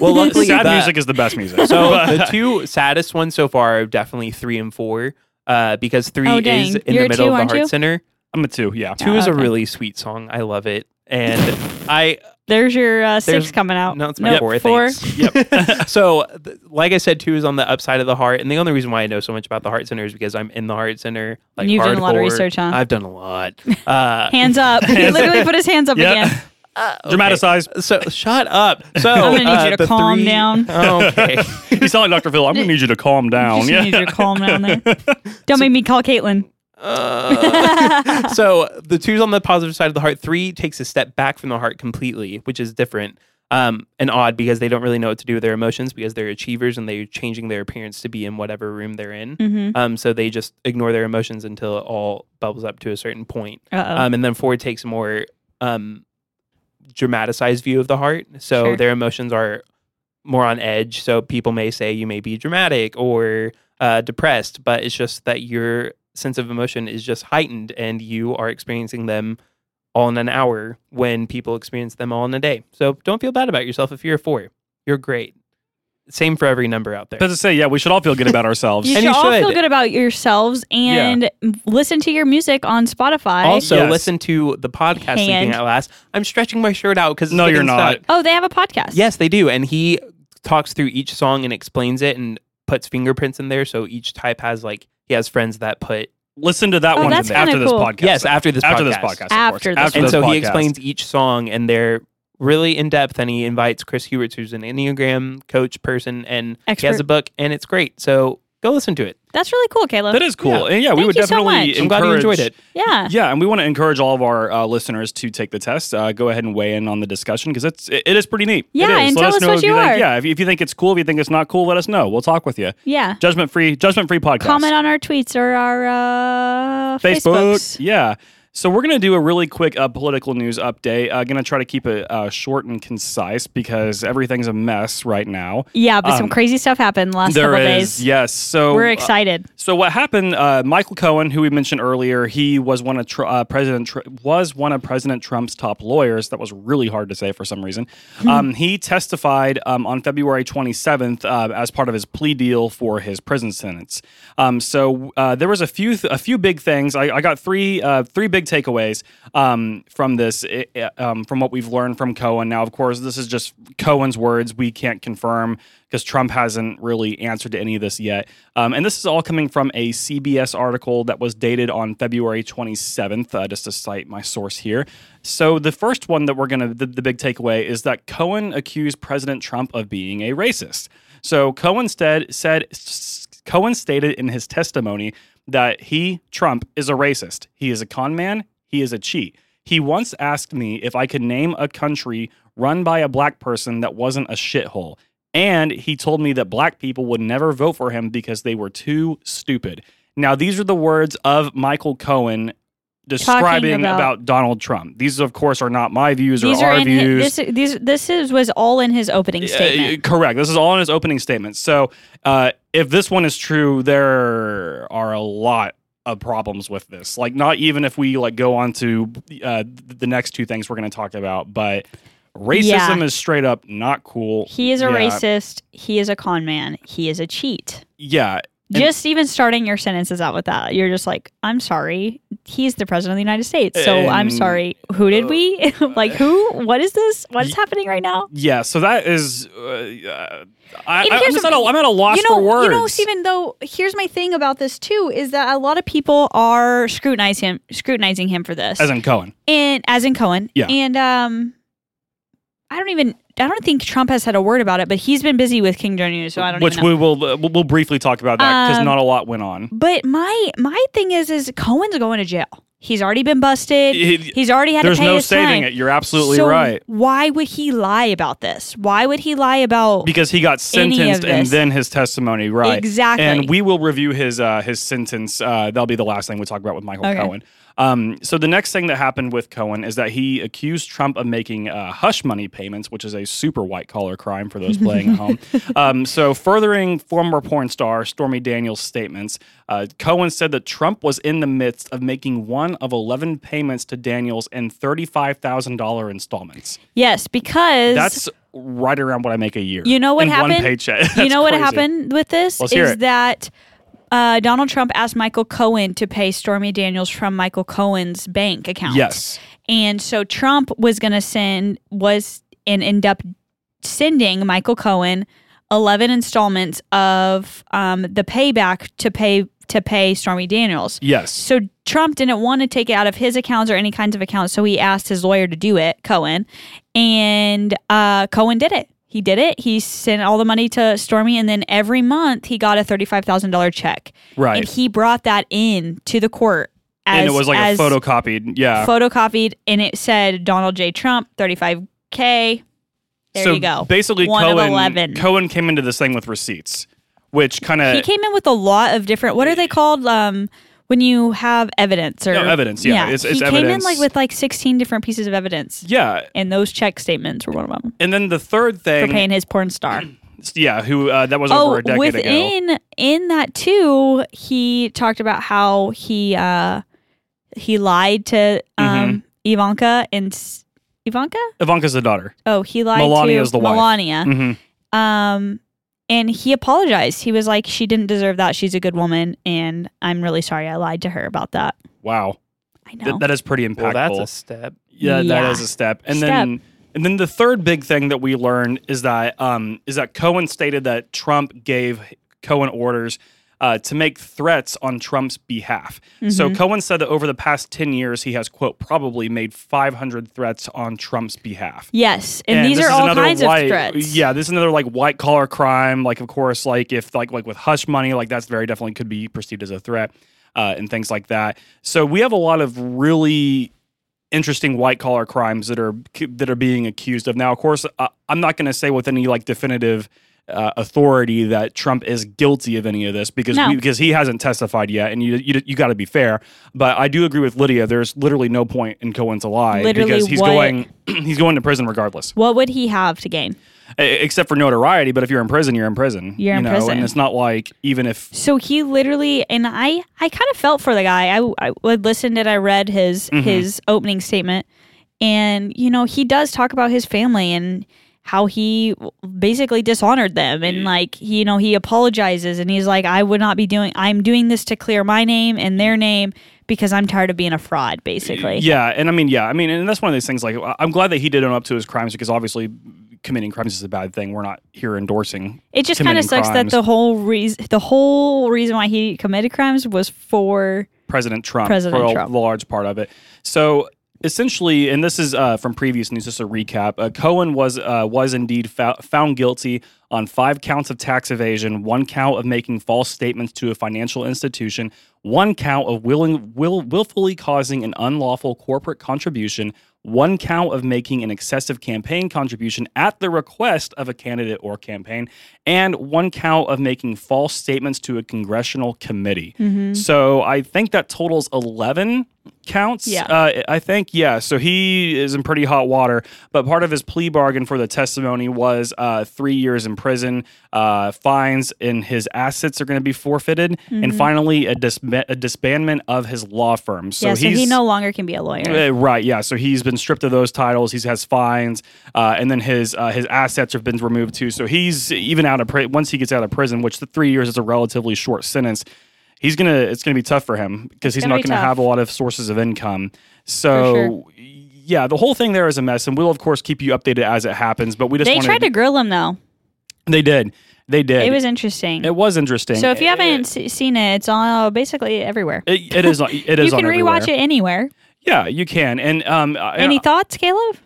S3: Well, luckily
S1: Sad
S3: that-
S1: music is the best music.
S3: So
S1: But-
S3: the two saddest ones so far are definitely three and four, uh, because three
S2: Oh, dang.
S3: is in
S2: You're a
S3: the middle
S2: two,
S3: of the
S2: aren't
S3: heart
S2: you? Oh,
S3: center.
S1: I'm a two. Yeah.
S3: Two is a
S2: okay.
S3: really sweet song. I love it, and I
S2: There's your uh, six
S3: There's-
S2: coming out.
S3: no, it's my
S2: Nope,
S3: four.
S2: four.
S3: Thanks. so, th- like I said, two is on the upside of the heart, and the only reason why I know so much about the heart center is because I'm in the heart center. Like
S2: You've done a lot of
S3: hardcore.
S2: research, huh?
S3: I've done a lot. Uh,
S2: Hands up! he literally put his hands up
S1: Yeah.
S2: again.
S1: Dramatized.
S3: so shut up. So
S2: I'm gonna need
S3: uh,
S2: you to
S3: the
S2: calm
S3: three-
S2: down.
S3: Okay.
S1: You sound like Dr. Phil. I'm gonna need you to calm down.
S2: Just
S1: Yeah.
S2: need you to calm down there. Don't make me call Caitlin.
S3: Uh, so the two's on the positive side of the heart. Three takes a step back from the heart completely, which is different. um, and odd because they don't really know what to do with their emotions because they're achievers and they're changing their appearance to be in whatever room they're in.
S2: Mm-hmm.
S3: Um, so they just ignore their emotions until it all bubbles up to a certain point.
S2: Uh-oh.
S3: Um, and then Ford takes a more um, dramatized view of the heart. So
S2: Sure.
S3: their emotions are more on edge. So people may say you may be dramatic or uh, depressed, but it's just that your sense of emotion is just heightened and you are experiencing them all in an hour when people experience them all in a day. So don't feel bad about yourself if you're a four. You're great. Same for every number out there.
S1: That's to say, yeah, we should all feel good about ourselves.
S2: you should
S3: and you
S2: all feel
S3: should.
S2: good about yourselves and m- listen to your music on Spotify.
S3: Also,
S1: Yes.
S3: listen to the podcast Thinking
S2: Hand.
S3: Out Last. I'm stretching my shirt out because
S1: No, you're not.
S2: oh, they have a podcast.
S3: Yes, they do. And he talks through each song and explains it and puts fingerprints in there. So each type has like he has friends that put
S1: Listen to that
S2: Oh,
S1: one
S2: that's kinda
S1: after this
S2: cool.
S1: podcast.
S3: yes after this
S1: after
S3: podcast.
S1: this podcast. of
S2: After
S1: course.
S2: this
S1: After
S2: podcast.
S3: And so
S1: podcast.
S3: he explains each song, and they're really in depth. And he invites Chris Hewitts, who's an Enneagram coach person, and he has
S2: Expert.
S3: a book, and it's great. So go listen to it.
S2: That's really cool, Caleb.
S1: That is cool.
S2: Yeah.
S1: And yeah, we
S2: Thank
S1: would
S2: you so
S1: definitely
S2: much.
S1: encourage
S3: I'm glad you enjoyed it.
S2: Yeah.
S1: Yeah, and we want to encourage all of our uh, listeners to take the test. Uh, go ahead and weigh in on the discussion because it's it, it is pretty neat.
S2: Yeah,
S1: It is.
S2: and
S1: let
S2: tell
S1: us
S2: us
S1: know
S2: what
S1: if
S2: you
S1: think,
S2: are.
S1: Yeah, if, if you think it's cool, if you think it's not cool, let us know. We'll talk with you.
S2: Yeah.
S1: Judgment free, judgment free podcast.
S2: Comment on our tweets or our uh, Facebooks.
S1: Yeah. So we're gonna do a really quick uh, political news update. Uh, gonna try to keep it uh, short and concise because everything's a mess right now.
S2: Yeah, but
S1: Um,
S2: some crazy stuff happened last
S1: There
S2: couple
S1: is
S2: days.
S1: yes. So
S2: We're
S1: uh,
S2: excited.
S1: So what happened? Uh, Michael Cohen, who we mentioned earlier, he was one of tr- uh, President tr- was one of President Trump's top lawyers. That was really hard to say for some reason.
S2: Hmm.
S1: Um, he testified um, on February 27th uh, as part of his plea deal for his prison sentence. Um, so uh, there was a few th- a few big things. I, I got three uh, three big takeaways um, from this i- i- um, from what we've learned from Cohen. Now, of course, this is just Cohen's words. We can't confirm because Trump hasn't really answered to any of this yet. Um, and this is all coming from a CBS article that was dated on February 27th, uh, just to cite my source here. So the first one that we're going to, the, the big takeaway is that Cohen accused President Trump of being a racist. So Cohen said, said Cohen stated in his testimony that he, Trump, is a racist. He is a con man. He is a cheat. He once asked me if I could name a country run by a black person that wasn't a shithole. And he told me that black people would never vote for him because they were too stupid. Now, these are the words of Michael Cohen describing about,
S2: about-
S1: Donald Trump. These, of course, are not my views
S2: These
S1: or
S2: are
S1: our
S2: in
S1: views.
S2: his, this. These this is was all in his opening statement.
S1: Uh, correct. This is all in his opening statement. So, uh, if this one is true, there are a lot of problems with this. Like, not even if we like go on to uh, the next two things we're going to talk about, but racism
S2: Yeah.
S1: is straight up not cool.
S2: he is a
S1: Yeah.
S2: racist. He is a con man. He is a cheat.
S1: Yeah, And-
S2: just even starting your sentences out with that, you're just like, "I'm sorry, he's the president of the United States, so I'm
S1: And- uh,
S2: sorry." Who did we? like who? What is this? What is
S1: Ye-
S2: happening right now?
S1: yeah. So that is. Uh, uh, I,
S2: And
S1: I, am
S2: here's
S1: just
S2: the-
S1: at a, I'm at a loss
S2: you know,
S1: for words.
S2: You know, Stephen. Though, here's my thing about this too is that a lot of people are scrutinizing him, scrutinizing him for this,
S1: as in Cohen.
S2: and as in Cohen.
S1: Yeah.
S2: And um, I don't even. I don't think Trump has said a word about it, but he's been busy with King Jong Un, so I don't.
S1: Which
S2: even know.
S1: we will uh, we'll, we'll briefly talk about that because
S2: Um,
S1: not a lot went on.
S2: but my my thing is, is Cohen's going to jail. He's already been busted.
S1: It-
S2: he's already had
S1: There's
S2: to pay
S1: no
S2: his
S1: saving
S2: time.
S1: it. You're absolutely
S2: So
S1: right.
S2: Why would he lie about this? Why would he lie about?
S1: because he got
S2: any of
S1: sentenced and
S2: this.
S1: then his testimony, right?
S2: Exactly.
S1: And we will review his uh, his sentence. Uh, that'll be the last thing we talk about with Michael
S2: Okay.
S1: Cohen. Um, so the next thing that happened with Cohen is that he accused Trump of making uh, hush money payments, which is a super white collar crime for those playing at home. Um, so furthering former porn star Stormy Daniels' statements, uh, Cohen said that Trump was in the midst of making one of eleven payments to Daniels in thirty five thousand dollar installments.
S2: yes, because
S1: That's right around what I make a year.
S2: You know what
S1: in One
S2: happened?
S1: paycheck.
S2: you
S1: That's
S2: know what
S1: crazy.
S2: happened with this
S1: Let's hear
S2: is
S1: it.
S2: that uh, Donald Trump asked Michael Cohen to pay Stormy Daniels from Michael Cohen's bank account.
S1: Yes.
S2: and so Trump was going to send was and end up sending Michael Cohen eleven installments of um, the payback to pay to pay Stormy Daniels.
S1: Yes.
S2: So Trump didn't want to take it out of his accounts or any kinds of accounts, so he asked his lawyer to do it, Cohen, and uh, Cohen did it. He did it. He sent all the money to Stormy, and then every month he got a thirty-five thousand dollar check,
S1: Right.
S2: and he brought that in to the court. As,
S1: and it was like
S2: as
S1: a photocopied. Yeah.
S2: photocopied, and it said Donald J. Trump thirty-five k. There
S1: so
S2: you go.
S1: Basically,
S2: One
S1: Cohen
S2: of eleven.
S1: Cohen came into this thing with receipts, which kind
S2: he
S1: of
S2: came in with a lot of different. What are they called? Um, when you have evidence or
S1: No, evidence, yeah. It's- it's
S2: he came in
S1: evidence.
S2: like with like sixteen different pieces of evidence,
S1: yeah.
S2: and those check statements were one of them
S1: And then the third
S2: for
S1: thing,
S2: paying his porn star. Oh,
S1: yeah, who uh, that was over a decade ago.
S2: within in that too, he talked about how he uh he lied to
S1: Mm-hmm.
S2: um Ivanka and s- Ivanka.
S1: Ivanka's the daughter.
S2: Oh, he lied
S1: Melania
S2: to
S1: is the wife.
S2: Melania.
S1: hmm
S2: Um, and he apologized. He was like, "She didn't deserve that. She's a good woman, and I'm really sorry I lied to her about that."
S1: Wow,
S2: I
S1: Th-
S2: know.
S1: that is pretty impactful.
S3: Well, that's a step.
S1: yeah,
S2: Yeah.
S1: that is a step. And then and then the third big thing that we learned is that um is that Cohen stated that Trump gave Cohen orders uh, to make threats on Trump's behalf. So Cohen said that over the past 10 years he has quote probably made 500 threats on Trump's behalf.
S2: yes, and, these
S1: this
S2: are
S1: is
S2: all
S1: another
S2: kinds
S1: white-
S2: of threats.
S1: Yeah, this is another like white collar crime. Like, of course, like if like like with hush money, like that's very definitely could be perceived as a threat uh, and things like that. So we have a lot of really interesting white collar crimes that are that are being accused of now. Of course, uh, I'm not going to say with any like definitive. Uh, authority that Trump is guilty of any of this because
S2: No.
S1: we, because he hasn't testified yet, and you you, you got to be fair. But I do agree with Lydia. There's literally no point in Cohen's a lie
S2: Literally
S1: because he's
S2: what-
S1: going he's going to prison regardless
S2: What would he have to gain?
S1: e- except for notoriety. But if you're in prison, you're in prison.
S2: You're
S1: you
S2: in
S1: know?
S2: prison.
S1: and it's not like even if
S2: So he literally, and I, I kind of felt for the guy. I, I would listened and I read his
S1: Mm-hmm.
S2: his opening statement, and you know he does talk about his family and how he w- basically dishonored them, and like he, you know he apologizes and he's like, I would not be doing. I'm doing this to clear my name and their name because I'm tired of being a fraud, basically.
S1: yeah, and I mean yeah, I mean, and that's one of those things. Like I- I'm glad that he did own up to his crimes because obviously committing crimes is a bad thing. We're not here endorsing.
S2: It just kind of
S1: committing
S2: sucks that
S1: crimes.
S2: the whole reason the whole reason why he committed crimes was for
S1: President Trump
S2: President
S1: for a
S2: Trump.
S1: large part of it. So essentially, and this is uh, from previous news, just a recap. Uh, Cohen was uh, was indeed fou- found guilty on five counts of tax evasion, one count of making false statements to a financial institution, one count of willing will willfully causing an unlawful corporate contribution. One count of making an excessive campaign contribution at the request of a candidate or campaign, and one count of making false statements to a congressional committee.
S2: Mm-hmm.
S1: So I think that totals 11 counts.
S2: Yeah.
S1: Uh, I think, yeah. So he is in pretty hot water. But part of his plea bargain for the testimony was uh, three years in prison, uh, fines, and his assets are going to be forfeited.
S2: Mm-hmm.
S1: And finally, a, disba- a disbandment of his law firm. So
S2: yeah. So
S1: he's.
S2: he no longer can be a lawyer.
S1: Uh, right, yeah. So he's been stripped of those titles. He has fines, uh, and then his uh, his assets have been removed too. So he's even out of pri- once he gets out of prison, which the three years is a relatively short sentence. He's gonna it's gonna be tough for him because he's
S2: gonna
S1: not
S2: be
S1: gonna
S2: tough.
S1: have a lot of sources of income. So
S2: sure.
S1: yeah, the whole thing there is a mess, and we'll of course keep you updated as it happens. But we just
S2: They
S1: wanted,
S2: tried to grill him though.
S1: they did they did
S2: It was interesting.
S1: it was interesting.
S2: so if you haven't se- seen it, it's on basically everywhere.
S1: it, it is on- it is
S2: you can
S1: on
S2: rewatch
S1: everywhere.
S2: it anywhere.
S1: Yeah, you can. And um, I-
S2: Any thoughts, Caleb?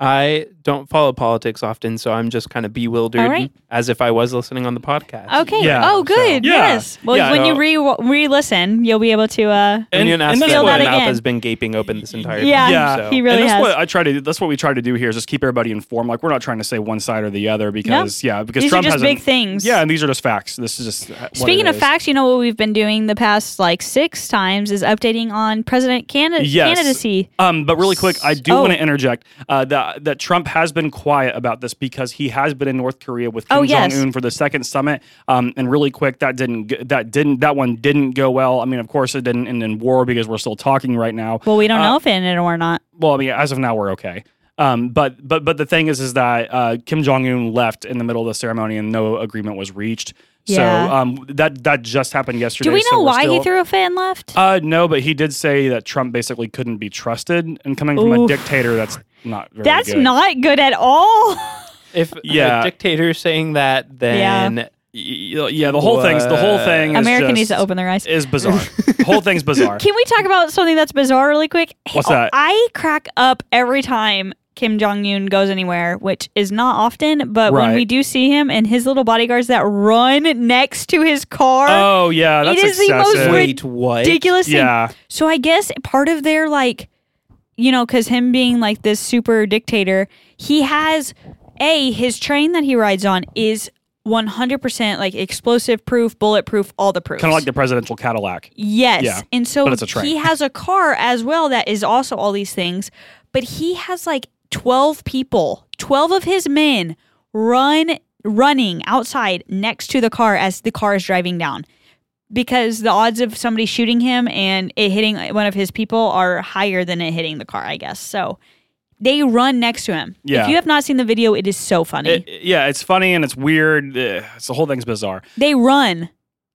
S3: I don't follow politics often, so I'm just kind of bewildered
S2: All right.
S3: as if I was listening on the podcast.
S2: Okay.
S1: Yeah.
S2: oh, good.
S1: So- Yeah.
S2: Yes. Well,
S1: Yeah,
S2: when
S1: no.
S2: you re re listen, you'll be able to. Uh,
S3: And, you
S1: And-
S3: know,
S1: and that's
S3: and
S2: what-
S3: my
S2: Feel that
S3: mouth
S2: again.
S3: has been gaping open this entire
S2: Yeah,
S3: time.
S1: Yeah.
S3: so.
S2: he really
S1: and that's
S2: has.
S1: what I try to. That's what we try to do here is just keep everybody informed. Like we're not trying to say one side or the other because yeah, because
S2: These are
S1: Trump
S2: just
S1: has
S2: big things.
S1: Yeah, and these are just facts. This is just what
S2: Speaking
S1: it
S2: of
S1: is.
S2: facts, you know what we've been doing the past like six times is updating on president candid-
S1: Yes.
S2: candidacy.
S1: Um, but really quick, I do
S2: Oh.
S1: want to interject uh, that that Trump has been quiet about this because he has been in North Korea with Kim
S2: Oh, yes.
S1: Jong Un for the second summit. Um, and really quick, that didn't g- that didn't that one didn't go well. I mean, of course, it didn't end in war because we're still talking right now.
S2: Well, we don't know if it ended or not.
S1: well, I mean, as of now, we're okay. Um, but but but the thing is, is that uh, Kim Jong Un left in the middle of the ceremony and no agreement was reached.
S2: Yeah.
S1: So um, that that just happened yesterday.
S2: Do we know
S1: so we're
S2: why he
S1: still-
S2: threw a fit and left?
S1: Uh, no, but he did say that Trump basically couldn't be trusted, and coming from a
S2: Oof.
S1: dictator, that's not very
S2: That's
S1: good.
S2: not good at all.
S3: If
S1: Yeah.
S3: a dictator is saying that, then
S1: Y- Yeah, the whole thing's the whole thing. Is
S2: America
S1: just-
S2: needs to open their eyes.
S1: Is bizarre. the whole thing's bizarre.
S2: Can we talk about something that's bizarre really quick? oh,
S1: What's that?
S2: I crack up every time Kim Jong Un goes anywhere, which is not often, but when
S1: Right.
S2: we do see him and his little bodyguards that run next to his car,
S1: oh yeah, that's
S2: is the most
S1: excessive.
S2: rid-
S3: wait, what?
S2: ridiculous. thing.
S1: yeah,
S2: So I guess part of their like, you know, because him being like this super dictator, he has A, his train that he rides on is 100% like explosive proof, bulletproof, all the proofs.
S1: Kind of like the presidential Cadillac.
S2: Yes.
S1: Yeah,
S2: and so
S1: but it's a train.
S2: he has a car as well that is also all these things, but he has like 12 people, 12 of his men run running outside next to the car as the car is driving down. Because the odds of somebody shooting him and it hitting one of his people are higher than it hitting the car, I guess. So they run next to him.
S1: Yeah.
S2: If you have not seen the video, it is so funny.
S1: It- yeah, it's funny and it's weird. Ugh, It's, the whole thing's bizarre.
S2: they run.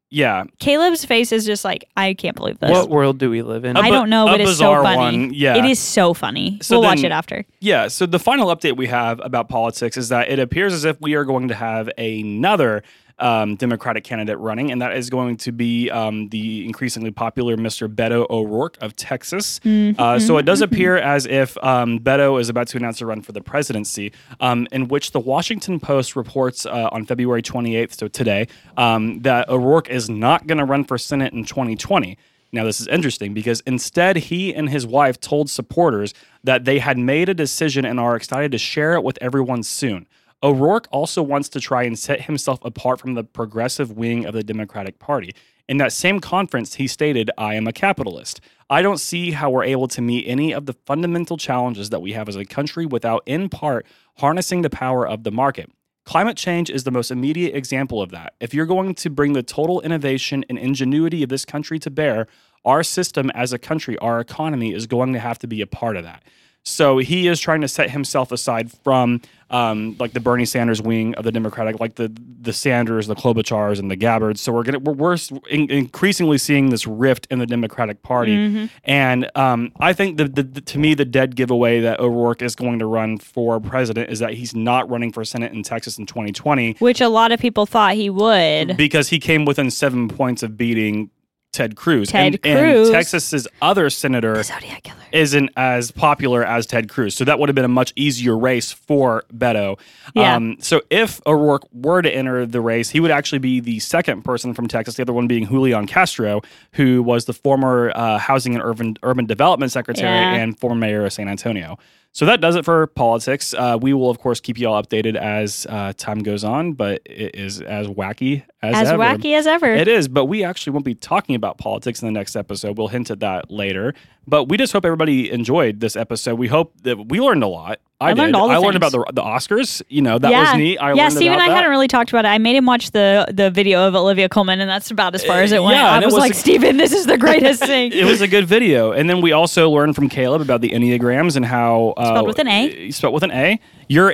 S1: Yeah.
S2: Caleb's face is just like, I can't believe this.
S3: What world do we live in?
S1: A
S2: I
S1: bu-
S2: don't know,
S1: a
S2: but it's so
S1: bizarre
S2: funny.
S1: one, yeah.
S2: It is so funny.
S1: So
S2: we'll watch
S1: then-
S2: it after.
S1: Yeah. So the final update we have about politics is that it appears as if we are going to have another um, Democratic candidate running, and that is going to be um, the increasingly popular Mr. Beto O'Rourke of Texas. Uh, so it does appear as if um, Beto is about to announce a run for the presidency, um, in which the Washington Post reports uh, on February 28th, so today, um, that O'Rourke is not going to run for Senate in 2020. Now, this is interesting because instead, he and his wife told supporters that they had made a decision and are excited to share it with everyone soon. O'Rourke also wants to try and set himself apart from the progressive wing of the Democratic Party. In that same conference, he stated, I am a capitalist. I don't see how we're able to meet any of the fundamental challenges that we have as a country without, in part, harnessing the power of the market. Climate change is the most immediate example of that. If you're going to bring the total innovation and ingenuity of this country to bear, our system as a country, our economy is going to have to be a part of that. So he is trying to set himself aside from um, like the Bernie Sanders wing of the Democratic, like the the Sanders, the Klobuchars, and the Gabbards. So we're gonna we're, we're s- in, increasingly seeing this rift in the Democratic Party,
S2: Mm-hmm.
S1: and um, I think the, the, the to me the dead giveaway that O'Rourke is going to run for president is that he's not running for Senate in Texas in 2020
S2: Which a lot of people thought he would.
S1: because he came within seven points of beating Ted Cruz.
S2: Ted
S1: and, and
S2: Cruz.
S1: Texas's other senator
S2: Zodiac killer.
S1: isn't as popular as Ted Cruz. So that would have been a much easier race for Beto.
S2: Yeah.
S1: Um, so if O'Rourke were to enter the race, he would actually be the second person from Texas, the other one being Julian Castro, who was the former uh, Housing and Urban, Urban Development Secretary
S2: Yeah.
S1: and former mayor of San Antonio. So that does it for politics. Uh, we will, of course, keep you all updated as uh, time goes on, but it is as wacky as,
S2: As
S1: ever.
S2: wacky as ever.
S1: It is, but we actually won't be talking about politics in the next episode. We'll hint at that later. But we just hope everybody enjoyed this episode. We hope that we learned a lot. I,
S2: I learned
S1: did.
S2: all the
S1: I learned
S2: things.
S1: about the, the Oscars. You know, that
S2: yeah.
S1: was neat. I
S2: yeah,
S1: learned
S2: Steve and
S1: about
S2: I
S1: that.
S2: hadn't really talked about it. I made him watch the the video of Olivia Coleman, and that's about as far as
S1: Uh,
S2: it went.
S1: yeah,
S2: I
S1: and it
S2: was,
S1: was
S2: like,
S1: a-
S2: Steven, this is the greatest thing.
S1: It was a good video. And then we also learned from Caleb about the Enneagrams and how. Uh,
S2: Spelled with an A.
S1: uh, Spelled with an A. Your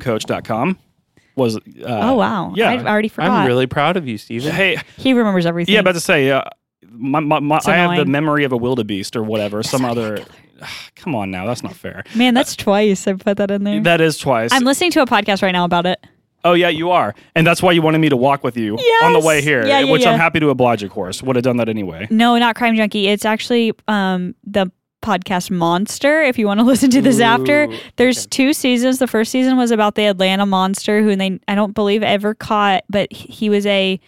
S1: EnneagramCoach.com was. Uh,
S2: oh, wow.
S1: Yeah.
S2: I already forgot.
S3: I'm really proud of you, Steven.
S1: hey,
S2: he remembers everything.
S1: yeah, about to say. Uh, my, my, my, I have the
S2: annoying.
S1: memory of a wildebeest or whatever, some other. Come on now, that's not fair.
S2: Man, that's twice I put that in there.
S1: That is twice.
S2: I'm listening to a podcast right now about it.
S1: Oh yeah, you are, and that's why you wanted me to walk with you on the way
S2: Yes.
S1: here,
S2: Yeah, yeah,
S1: which
S2: yeah.
S1: I'm happy to oblige. Of course, would have done that anyway.
S2: No, not Crime Junkie. It's actually um, the podcast Monster. If you want to listen to this after, there's two seasons. The first season was about the Atlanta Monster, who they I don't believe ever caught, but he he was a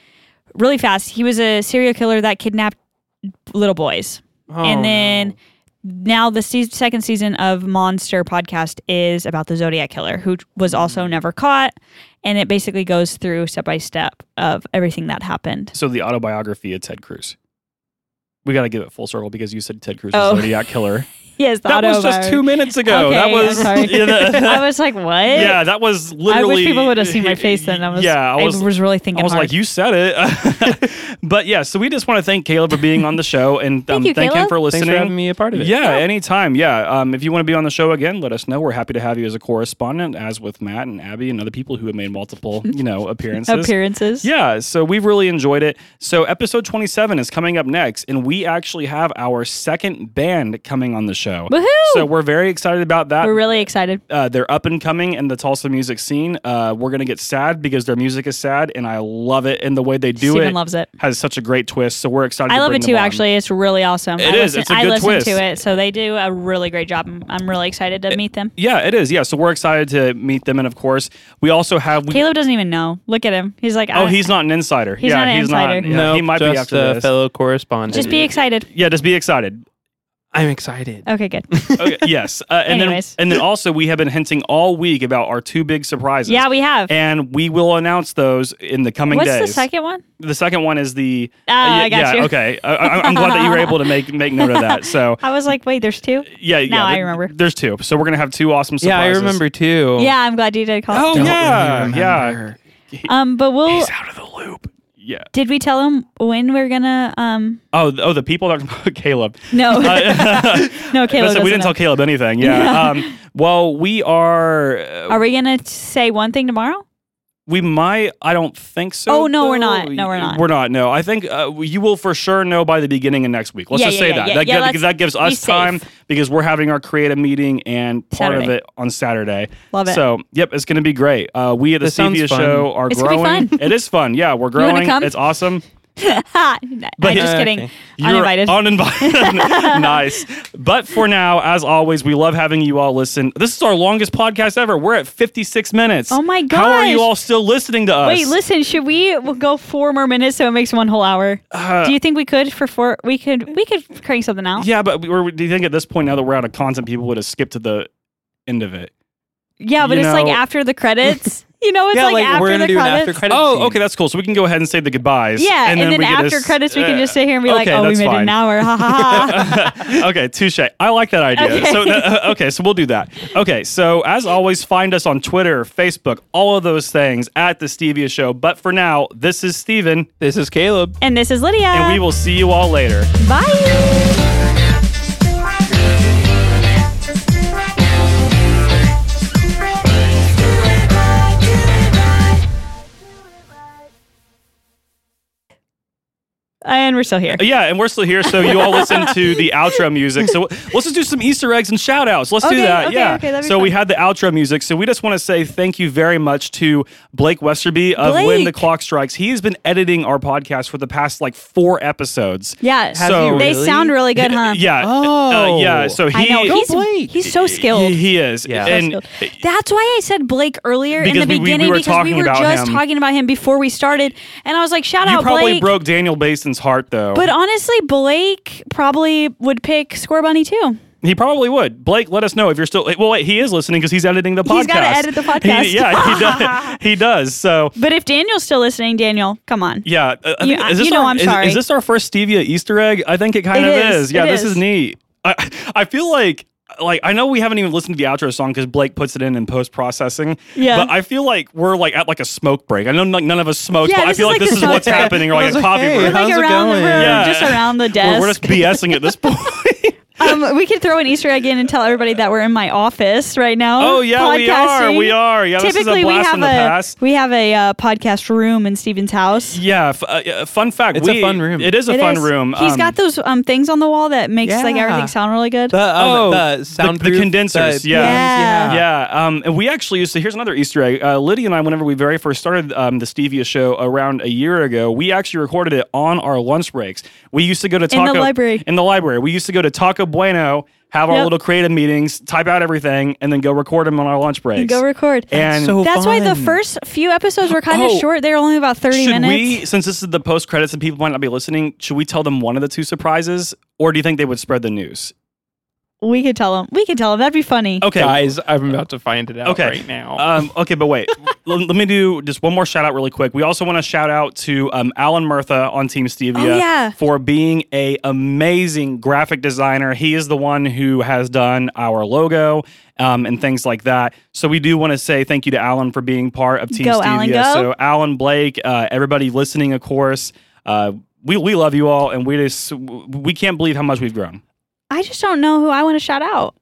S2: really fast. He was a serial killer that kidnapped little boys,
S3: Oh,
S2: and then. Now the se- second season of Monster podcast is about the Zodiac killer who was also
S1: Mm.
S2: never caught, and it basically goes through step by step of everything that happened.
S1: So the autobiography of Ted Cruz. We got to give it full circle because you said Ted Cruz
S2: Oh.
S1: is Zodiac killer.
S2: Yes, the
S1: that was just
S2: autobiography.
S1: two minutes ago.
S2: Okay,
S1: that was
S2: I'm sorry.
S1: Yeah,
S2: I
S1: that,
S2: was like, what?
S1: yeah, that was
S2: I
S1: literally.
S2: wish people would have seen my face then. I was,
S1: yeah, I was,
S2: really thinking
S1: I was
S2: hard.
S1: like, you said it. but yeah, so we just want to thank Caleb for being on the show and um,
S2: you,
S1: thank him
S2: Caleb.
S1: for
S3: Thanks
S1: listening.
S3: for having me a part of it.
S1: Yeah, anytime. Yeah. Um, if you want to be on the show again, let us know. We're happy to have you as a correspondent, as with Matt and Abby and other people who have made multiple, you know, appearances.
S2: appearances.
S1: Yeah, so we've really enjoyed it. So episode 27 is coming up next, and we actually have our second band coming on the show.
S2: Woohoo!
S1: So we're very excited about that.
S2: We're really excited.
S1: uh, they're up and coming in the Tulsa music scene. Uh, we're gonna get sad because their music is sad, and I love it. And the way they do
S2: Steven
S1: it
S2: loves it.
S1: has such a great twist. So we're excited.
S2: I
S1: to
S2: love
S1: bring
S2: it too.
S1: them on.
S2: Actually, it's really awesome.
S1: It
S2: I
S1: is.
S2: Listen,
S1: It's a
S2: I
S1: good
S2: listen
S1: twist.
S2: to it, so they do a really great job. I'm- I'm really excited to meet them.
S1: Yeah, it is. Yeah, so we're excited to meet them, and of course, we also have. We,
S2: Caleb doesn't even know. Look at him. He's like,
S1: oh,
S2: I-
S1: he's not an insider.
S2: He's
S1: yeah,
S2: not an
S1: he's
S2: insider.
S1: not. Yeah,
S3: no,
S1: he might
S3: just
S1: be after
S3: a
S1: this.
S3: fellow correspondent.
S2: just be excited.
S1: Yeah, just be excited.
S3: I'm excited.
S2: Okay, good.
S1: Okay, yes. Uh, and
S2: Anyways.
S1: then and then also we have been hinting all week about our two big surprises.
S2: yeah, we have.
S1: and we will announce those in the coming
S2: What's
S1: days.
S2: the second one?
S1: The second one is the. uh,
S2: Oh, I got
S1: yeah,
S2: you.
S1: Okay. I, I- I'm glad that you were able to make make note of that. So
S2: I was like, wait, there's two.
S1: yeah, yeah.
S2: Now I
S1: th-
S2: remember.
S1: There's two. So we're gonna have two awesome
S3: Yeah, I
S1: surprises.
S3: remember too.
S2: Yeah, I'm glad you did call.
S1: Oh
S3: Don't
S1: yeah,
S3: really
S1: yeah.
S3: remember.
S2: Um, but we'll.
S1: He's out of the loop. Yeah.
S2: Did we tell him when we're gonna? Um,
S1: Oh, th- oh, the people that Caleb.
S2: no,
S1: Uh,
S2: no,
S1: listen, we
S2: Caleb.
S1: didn't
S2: doesn't know.
S1: tell Caleb anything. Yeah. Um, well, we are. uh,
S2: Are we gonna say one thing tomorrow?
S1: We might. I don't think so.
S2: Oh, no, we're
S1: though.
S2: not. No, we're not.
S1: We're not. No, I think uh, you will for sure know by the beginning of next week. Let's
S2: Yeah,
S1: just
S2: yeah,
S1: say
S2: yeah,
S1: that.
S2: yeah.
S1: that,
S2: Yeah,
S1: gi-
S2: let's
S1: because that gives
S2: be
S1: us
S2: safe.
S1: time because we're having our creative meeting and part of
S2: Saturday.
S1: it on Saturday.
S2: Love it.
S1: So, yep, it's going to be great. Uh, we at the
S3: This sounds
S1: Stevia
S3: fun.
S1: Show are
S2: It's gonna be
S1: growing.
S2: fun.
S1: It is fun. Yeah, we're
S2: wanna
S1: growing.
S2: come?
S1: It's awesome.
S2: Ha! I'm just
S3: Uh,
S2: kidding.
S3: okay.
S1: You're
S2: Uninvited.
S1: Uninvited. nice. But for now, as always, we love having you all listen. This is our longest podcast ever. We're at 56 minutes.
S2: Oh my
S1: How are
S2: gosh.
S1: you all still listening to us?
S2: Wait, listen. Should we we'll go four more minutes so it makes one whole hour? Do you think we could for four? We could. We could crank something out.
S1: Uh,
S2: Yeah,
S1: Yeah, but we were, do you think at this point, now that we're out of content, people would have skipped to the end of it?
S2: but
S1: you
S2: it's like
S1: know-
S2: after the credits. you know, it's
S3: Yeah,
S2: like,
S3: like,
S2: after
S3: we're
S2: the
S3: gonna do an
S2: credits.
S3: after credit
S1: Oh,
S3: scene.
S1: okay, that's cool. So we can go ahead and say the goodbyes.
S2: yeah, and, then,
S1: we get
S2: after
S1: a s-
S2: credits, we can
S1: uh,
S2: just sit here and be like,
S1: okay,
S2: "Oh, we
S1: that's
S2: made it
S1: fine.
S2: an hour." Ha ha ha.
S1: okay, touche. I like that idea.
S2: Okay.
S1: So uh, okay, so we'll do that. Okay, so as always, find us on Twitter, Facebook, all of those things at the Stevia Show. But for now, this is Steven,
S3: This is Caleb.
S2: And this is Lydia.
S1: and we will see you all later.
S2: Bye. And we're still here.
S1: Uh, Yeah, and we're still here, so you all listen to the outro music. So let's just do some Easter eggs and shout outs. Let's do
S2: Okay,
S1: that.
S2: okay,
S1: yeah.
S2: okay, that'd be
S1: so we
S2: fun.
S1: had the outro music. So we just want to say thank you very much to Blake Westerby of When the
S2: Blake.
S1: Clock Strikes. He has been editing our podcast for the past like four episodes.
S2: Yeah.
S1: Have So- you
S2: they
S3: really?
S2: sound really good, huh?
S1: Yeah.
S3: Oh.
S1: uh, yeah. So he
S2: I know. He's,
S3: Blake.
S2: he's so skilled.
S1: He, he is.
S3: Yeah.
S2: So
S1: And
S2: skilled. That's why I said Blake earlier in
S1: Because
S2: the
S1: we- we- we
S2: beginning
S1: were
S2: because we
S1: talking
S2: were
S1: about
S2: just
S1: him.
S2: talking about him before we started, and I was like, "Shout
S1: you
S2: out,
S1: probably
S2: Blake!"
S1: broke Daniel Basin's heart, though.
S2: but uh, honestly, Blake probably would pick Score Bunny too.
S1: he probably would. Blake, let us know if you're still. Well, wait, he is listening because he's editing the podcast.
S2: He's gotta edit the podcast.
S1: He- yeah, he does. He does. So.
S2: But if Daniel's still listening, Daniel, come on.
S1: Yeah, uh, I
S2: You-
S1: think- is this
S2: you know
S1: our-
S2: I'm
S1: is-
S2: sorry.
S1: Is, this our first stevia Easter egg? I think it kind
S2: It
S1: of
S2: is.
S1: is. Yeah,
S2: It
S1: this is
S2: is.
S1: neat. I I feel like like I know we haven't even listened to the outro song because Blake puts it in in post processing.
S2: Yeah.
S1: but I feel like we're like at like a smoke break. I know like none of us smoked,
S2: Yeah,
S1: but I
S2: this
S1: feel
S2: is
S1: like
S2: like
S1: this
S2: the
S1: is what's
S2: smoke break.
S1: happening. Or like a
S3: Like,
S1: coffee
S3: hey,
S1: break.
S2: We're like
S3: How's it
S2: around,
S3: going?
S2: we're
S1: Yeah.
S2: just around the
S1: We're-
S2: desk.
S1: we're just BSing at this point.
S2: um, we could throw an Easter egg in and tell everybody that we're in my office right now.
S1: Oh, yeah, we are. We
S2: podcasting.
S1: are. Yeah, this is a
S2: Typically, we
S1: blast
S2: have
S1: from the
S2: a
S1: past.
S2: we have a uh, podcast room in Steven's house.
S1: Yeah, f- uh, uh, fun fact.
S3: It's a
S1: we-
S3: fun room.
S1: It is a
S2: It
S1: fun
S2: is.
S1: room.
S2: He's
S1: Um,
S2: got those um, things on the wall that makes like
S3: Yeah.
S2: everything sound really good.
S3: The, um,
S1: Oh,
S3: the soundproof,
S1: condensers,
S3: the-
S1: yeah.
S2: Yeah.
S1: Yeah, um, and we actually used to. Here's another Easter egg. Uh, Lydia and I, whenever we very first started um, the Stevia show around a year ago, we actually recorded it on our lunch breaks. We used to go to
S2: the
S1: Taco
S2: library.
S1: In the library, we used to go to Taco Bueno, have our
S2: Yep.
S1: little creative meetings, type out everything, and then go record them on our lunch breaks.
S2: Go record.
S1: And
S3: so
S2: That's why the
S3: fun.
S2: first few episodes were kind of
S1: Oh.
S2: short. They were only about thirty
S1: should
S2: minutes.
S1: we, since this is the post credits and people might not be listening, should we tell them one of the two surprises, or do you think they would spread the news?
S2: We, could tell them. We could tell them. That'd be funny.
S1: Okay,
S3: Guys, I'm about to find it out
S1: Okay.
S3: right now.
S1: Um, okay, but wait. L- let me do just one more shout out really quick. We also want to shout out to um, Alan Murtha on Team Stevia
S2: Oh, yeah.
S1: for being a amazing graphic designer. He is the one who has done our logo um, and things like that. So we do want to say thank you to Alan for being part of Team
S2: Go,
S1: Stevia.
S2: Alan, go.
S1: So Alan Blake, uh, everybody listening, of course. Uh, we, we love you all, and we just we can't believe how much we've grown.
S2: I just don't know who I want to shout out.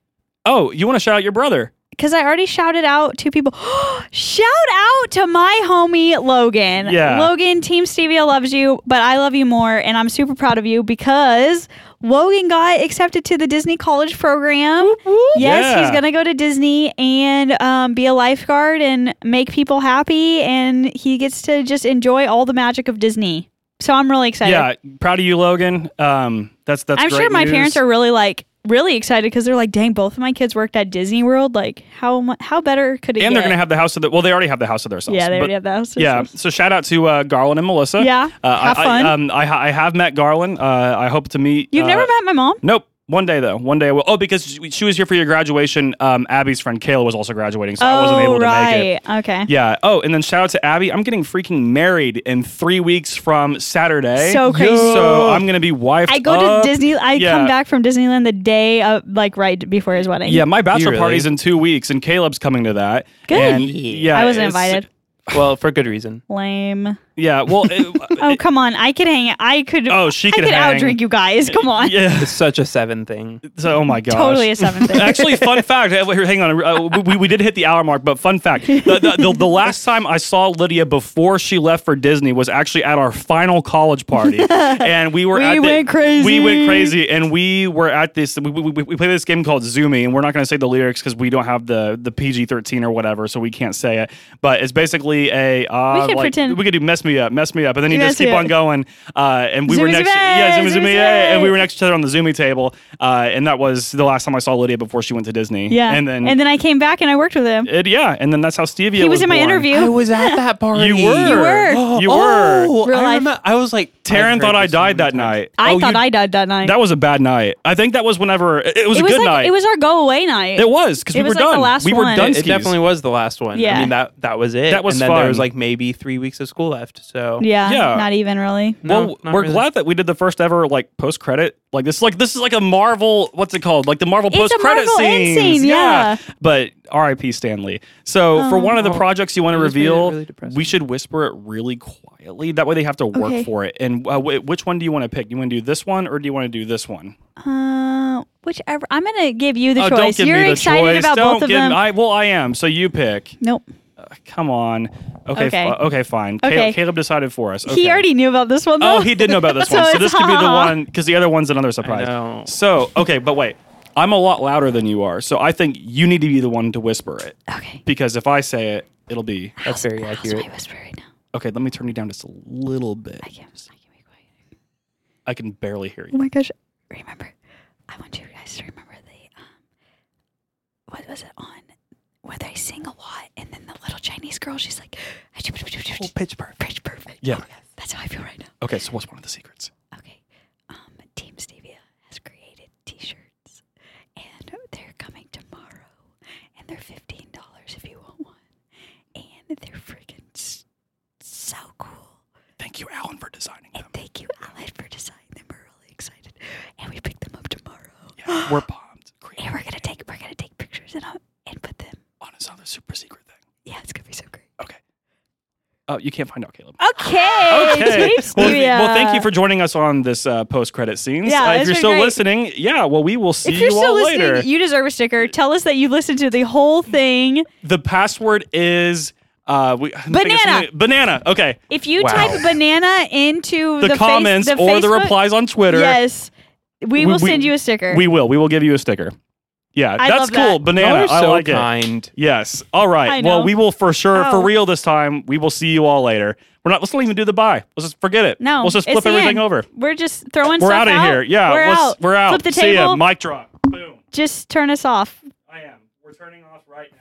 S1: Oh, you want to shout out your brother?
S2: because I already shouted out two people. Shout out to my homie Logan.
S1: Yeah.
S2: Logan, Team Stevia loves you, but I love you more, and I'm super proud of you because Logan got accepted to the Disney College program. Yes, he's
S1: Yeah.
S2: gonna go to Disney and um, be a lifeguard and make people happy, and he gets to just enjoy all the magic of Disney. So I'm really excited.
S1: Yeah, proud of you, Logan. Um, that's that's.
S2: I'm sure
S1: great
S2: my
S1: news.
S2: parents are really like really excited because they're like, dang, both of my kids worked at Disney World. Like, how mu- how better could it?
S1: and
S2: get?
S1: they're gonna have the house of the well they already have the house of their selves
S2: yeah, they
S1: but-
S2: already have the house.
S1: yeah so shout out to uh, garland and melissa
S2: Yeah,
S1: uh,
S2: have
S1: I,
S2: fun.
S1: I, um, I, ha- I have met garland uh, i hope to meet
S2: You've
S1: uh,
S2: never met my mom?
S1: nope One day though, one day I will. Oh, because she she was here for your graduation. Um, Abby's friend Kayla was also graduating, so I wasn't
S2: oh
S1: able to
S2: right.
S1: make it.
S2: Okay.
S1: Yeah. Oh, and then shout out to Abby. I'm getting freaking married in three weeks from Saturday.
S2: So crazy.
S1: So I'm gonna be wife.
S2: I go
S1: up.
S2: to Disney. I
S1: Uh, Yeah.
S2: come back from Disneyland the day of, like right before his wedding.
S1: Yeah, my bachelor
S3: really?
S1: party's in two weeks, and Caleb's coming to that.
S2: Good.
S1: And, yeah,
S2: I wasn't
S1: it's-
S2: invited.
S3: Well, for good reason.
S2: Lame.
S1: Yeah. Well. it-
S2: Oh come on, I could hang. I could.
S1: Oh, she
S2: I
S1: could
S2: could
S1: hang.
S2: outdrink you guys. Come on.
S1: yeah.
S3: It's such a seven thing.
S1: So, oh my gosh.
S2: Totally a seventh.
S1: Actually, fun fact. uh, here, Hang on, uh, we, we did hit the hour mark, but fun fact: the, the, the, the last time I saw Lydia before she left for Disney was actually at our final college party, and we were
S2: We
S1: at the-
S2: went crazy.
S1: We went crazy, and we were at this. We, we, we we played this game called Zoomy, and we're not going to say the lyrics because we don't have the the PG thirteen or whatever, so we can't say it. But it's basically a uh,
S2: We could
S1: like,
S2: pretend-
S1: We could do mess me up, mess me up, and then you
S2: Mess
S1: just keep
S2: me
S1: on
S2: up.
S1: going. Uh, and we were
S2: Zoomy,
S1: next,
S2: zoomy,
S1: yeah, Zoomy,
S2: zoomy,
S1: Zoomy, yeah, and we
S2: zoomy.
S1: were next to each other on the Zoomy table, uh, and that was the last time I saw Lydia before she went to Disney.
S2: Yeah.
S1: and then
S2: and then I came back and I worked with him.
S1: it, yeah, and then that's how Stevia.
S2: He was in my
S1: born.
S2: interview. You
S3: was at that party.
S1: You were. You
S2: were. Oh.
S1: You were.
S2: Real
S3: I,
S2: life.
S3: remember, I was like,
S1: Taryn
S3: I've
S1: thought
S3: heard
S1: I
S3: this so
S1: died
S3: many
S1: that night.
S2: I
S3: Oh,
S2: thought
S3: you-
S2: I died that night.
S1: That was a bad night. I think that was whenever it, it was
S2: it
S1: a
S2: was
S1: good
S2: like
S1: night.
S2: it was our go away night.
S1: It was because
S2: It
S1: we were
S2: was like the
S1: done.
S2: last
S1: we were
S2: one.
S1: done.
S3: It definitely was the last one.
S2: Yeah.
S3: I mean that that was it.
S1: That was
S3: and then there was
S1: fun.
S3: like maybe three weeks of school left. So
S2: Yeah,
S1: Yeah.
S2: Not even really.
S3: No,
S1: well,
S3: not
S1: we're
S3: really.
S1: glad that we did the first ever like post credit. Like this, is like this is like a Marvel. What's it called? Like the Marvel
S2: It's a
S1: post credit
S2: Marvel end scene, yeah.
S1: But R.I.P. Stanley. So for one of the
S3: Oh.
S1: projects you want
S3: It
S1: to
S3: was really,
S1: reveal,
S3: really depressing.
S1: we should whisper it really quietly. That way they have to work
S2: Okay.
S1: for it. And uh, wh- which one do you want to pick? You want to do this one or do you want to do this one?
S2: Uh, whichever. I'm gonna give you the
S1: oh, don't
S2: choice.
S1: give
S2: You're
S1: me the
S2: excited
S1: choice.
S2: about
S1: don't
S2: both of
S1: give
S2: them.
S1: Me, I, well, I am. So you pick.
S2: nope.
S1: Come on. Okay.
S2: Okay.
S1: Okay. okay fine. Caleb-
S2: Okay.
S1: Caleb, decided for us.
S2: He
S1: Okay.
S2: already knew about this one though.
S1: Oh, he did know about this
S2: So
S1: one. So
S2: it's
S1: this could be the
S2: ha-ha.
S1: one because the other one's another surprise.
S3: know.
S1: So okay, but wait, I'm a lot louder than you are, so I think you need to be the one to whisper it
S2: Okay.
S1: because if I say it, it'll be
S3: That's very
S2: How's
S3: accurate.
S2: my whisper right now?
S1: okay. Let me turn you down just a little bit.
S2: I can't. I can't be quiet.
S1: I can barely hear
S2: Oh
S1: you.
S2: my gosh! Remember, I want you guys to remember the um, what was it on? Where they sing a lot, and then the little Chinese girl, she's like,
S3: pitch perfect.
S2: Oh, pitch perfect.
S1: Yeah.
S2: That's how I feel right now.
S1: Okay, so what's one of the secrets?
S2: Okay. Um, Team Stevia has created T-shirts, and they're coming tomorrow, and they're fifteen dollars if you want one, and they're freaking s- so cool.
S1: Thank you, Alan, for designing them.
S2: Thank you, Allied, for designing them. We're really excited, and we picked them up tomorrow.
S1: Yeah, we're pumped.
S2: And
S1: Creative
S2: we're gonna take we're gonna take pictures and I'll, and put them.
S1: on this other super secret thing.
S2: Yeah, it's gonna be so great.
S1: Okay. Oh, you can't find out, Caleb.
S2: Okay.
S1: Ah, Okay. Well, th- well, thank you for joining us on this uh, post-credit scenes.
S2: Yeah,
S1: Uh,
S2: it's
S1: if you're
S2: been
S1: still
S2: great.
S1: listening, yeah. Well, we will see
S2: If you're
S1: you
S2: still
S1: all
S2: listening,
S1: later.
S2: you deserve a sticker. Tell us that you listened to the whole thing.
S1: The password is uh, we, I'm thinking
S2: Banana.
S1: something- Banana. Okay.
S2: If you
S3: Wow.
S2: type banana into
S1: The,
S2: the, face-
S1: comments
S2: the
S1: or the
S2: Facebook-
S1: replies on Twitter.
S2: yes, we,
S1: We-
S2: will
S1: we-
S2: send you a sticker.
S1: We will. We will give you a sticker. Yeah,
S2: I
S1: that's
S2: love that.
S1: cool. Banana.
S3: Y'all are
S1: I
S3: so
S1: like it.
S3: kind.
S1: Yes. All
S2: I
S1: right. Well,
S2: know.
S1: we will for sure,
S2: Oh.
S1: for real this time. We will see you all later. We're not. Let's not even do the bye. Let's just forget it.
S2: no,
S1: Let's just
S2: it's
S1: flip
S2: the
S1: everything
S2: end.
S1: over.
S2: We're just throwing
S1: We're out
S2: stuff
S1: of here. Yeah.
S2: we're
S1: let's,
S2: out.
S1: We're out.
S2: Flip the
S1: See ya.
S2: table.
S1: Mic drop. Boom.
S2: just turn us off.
S1: I am. We're turning off right now.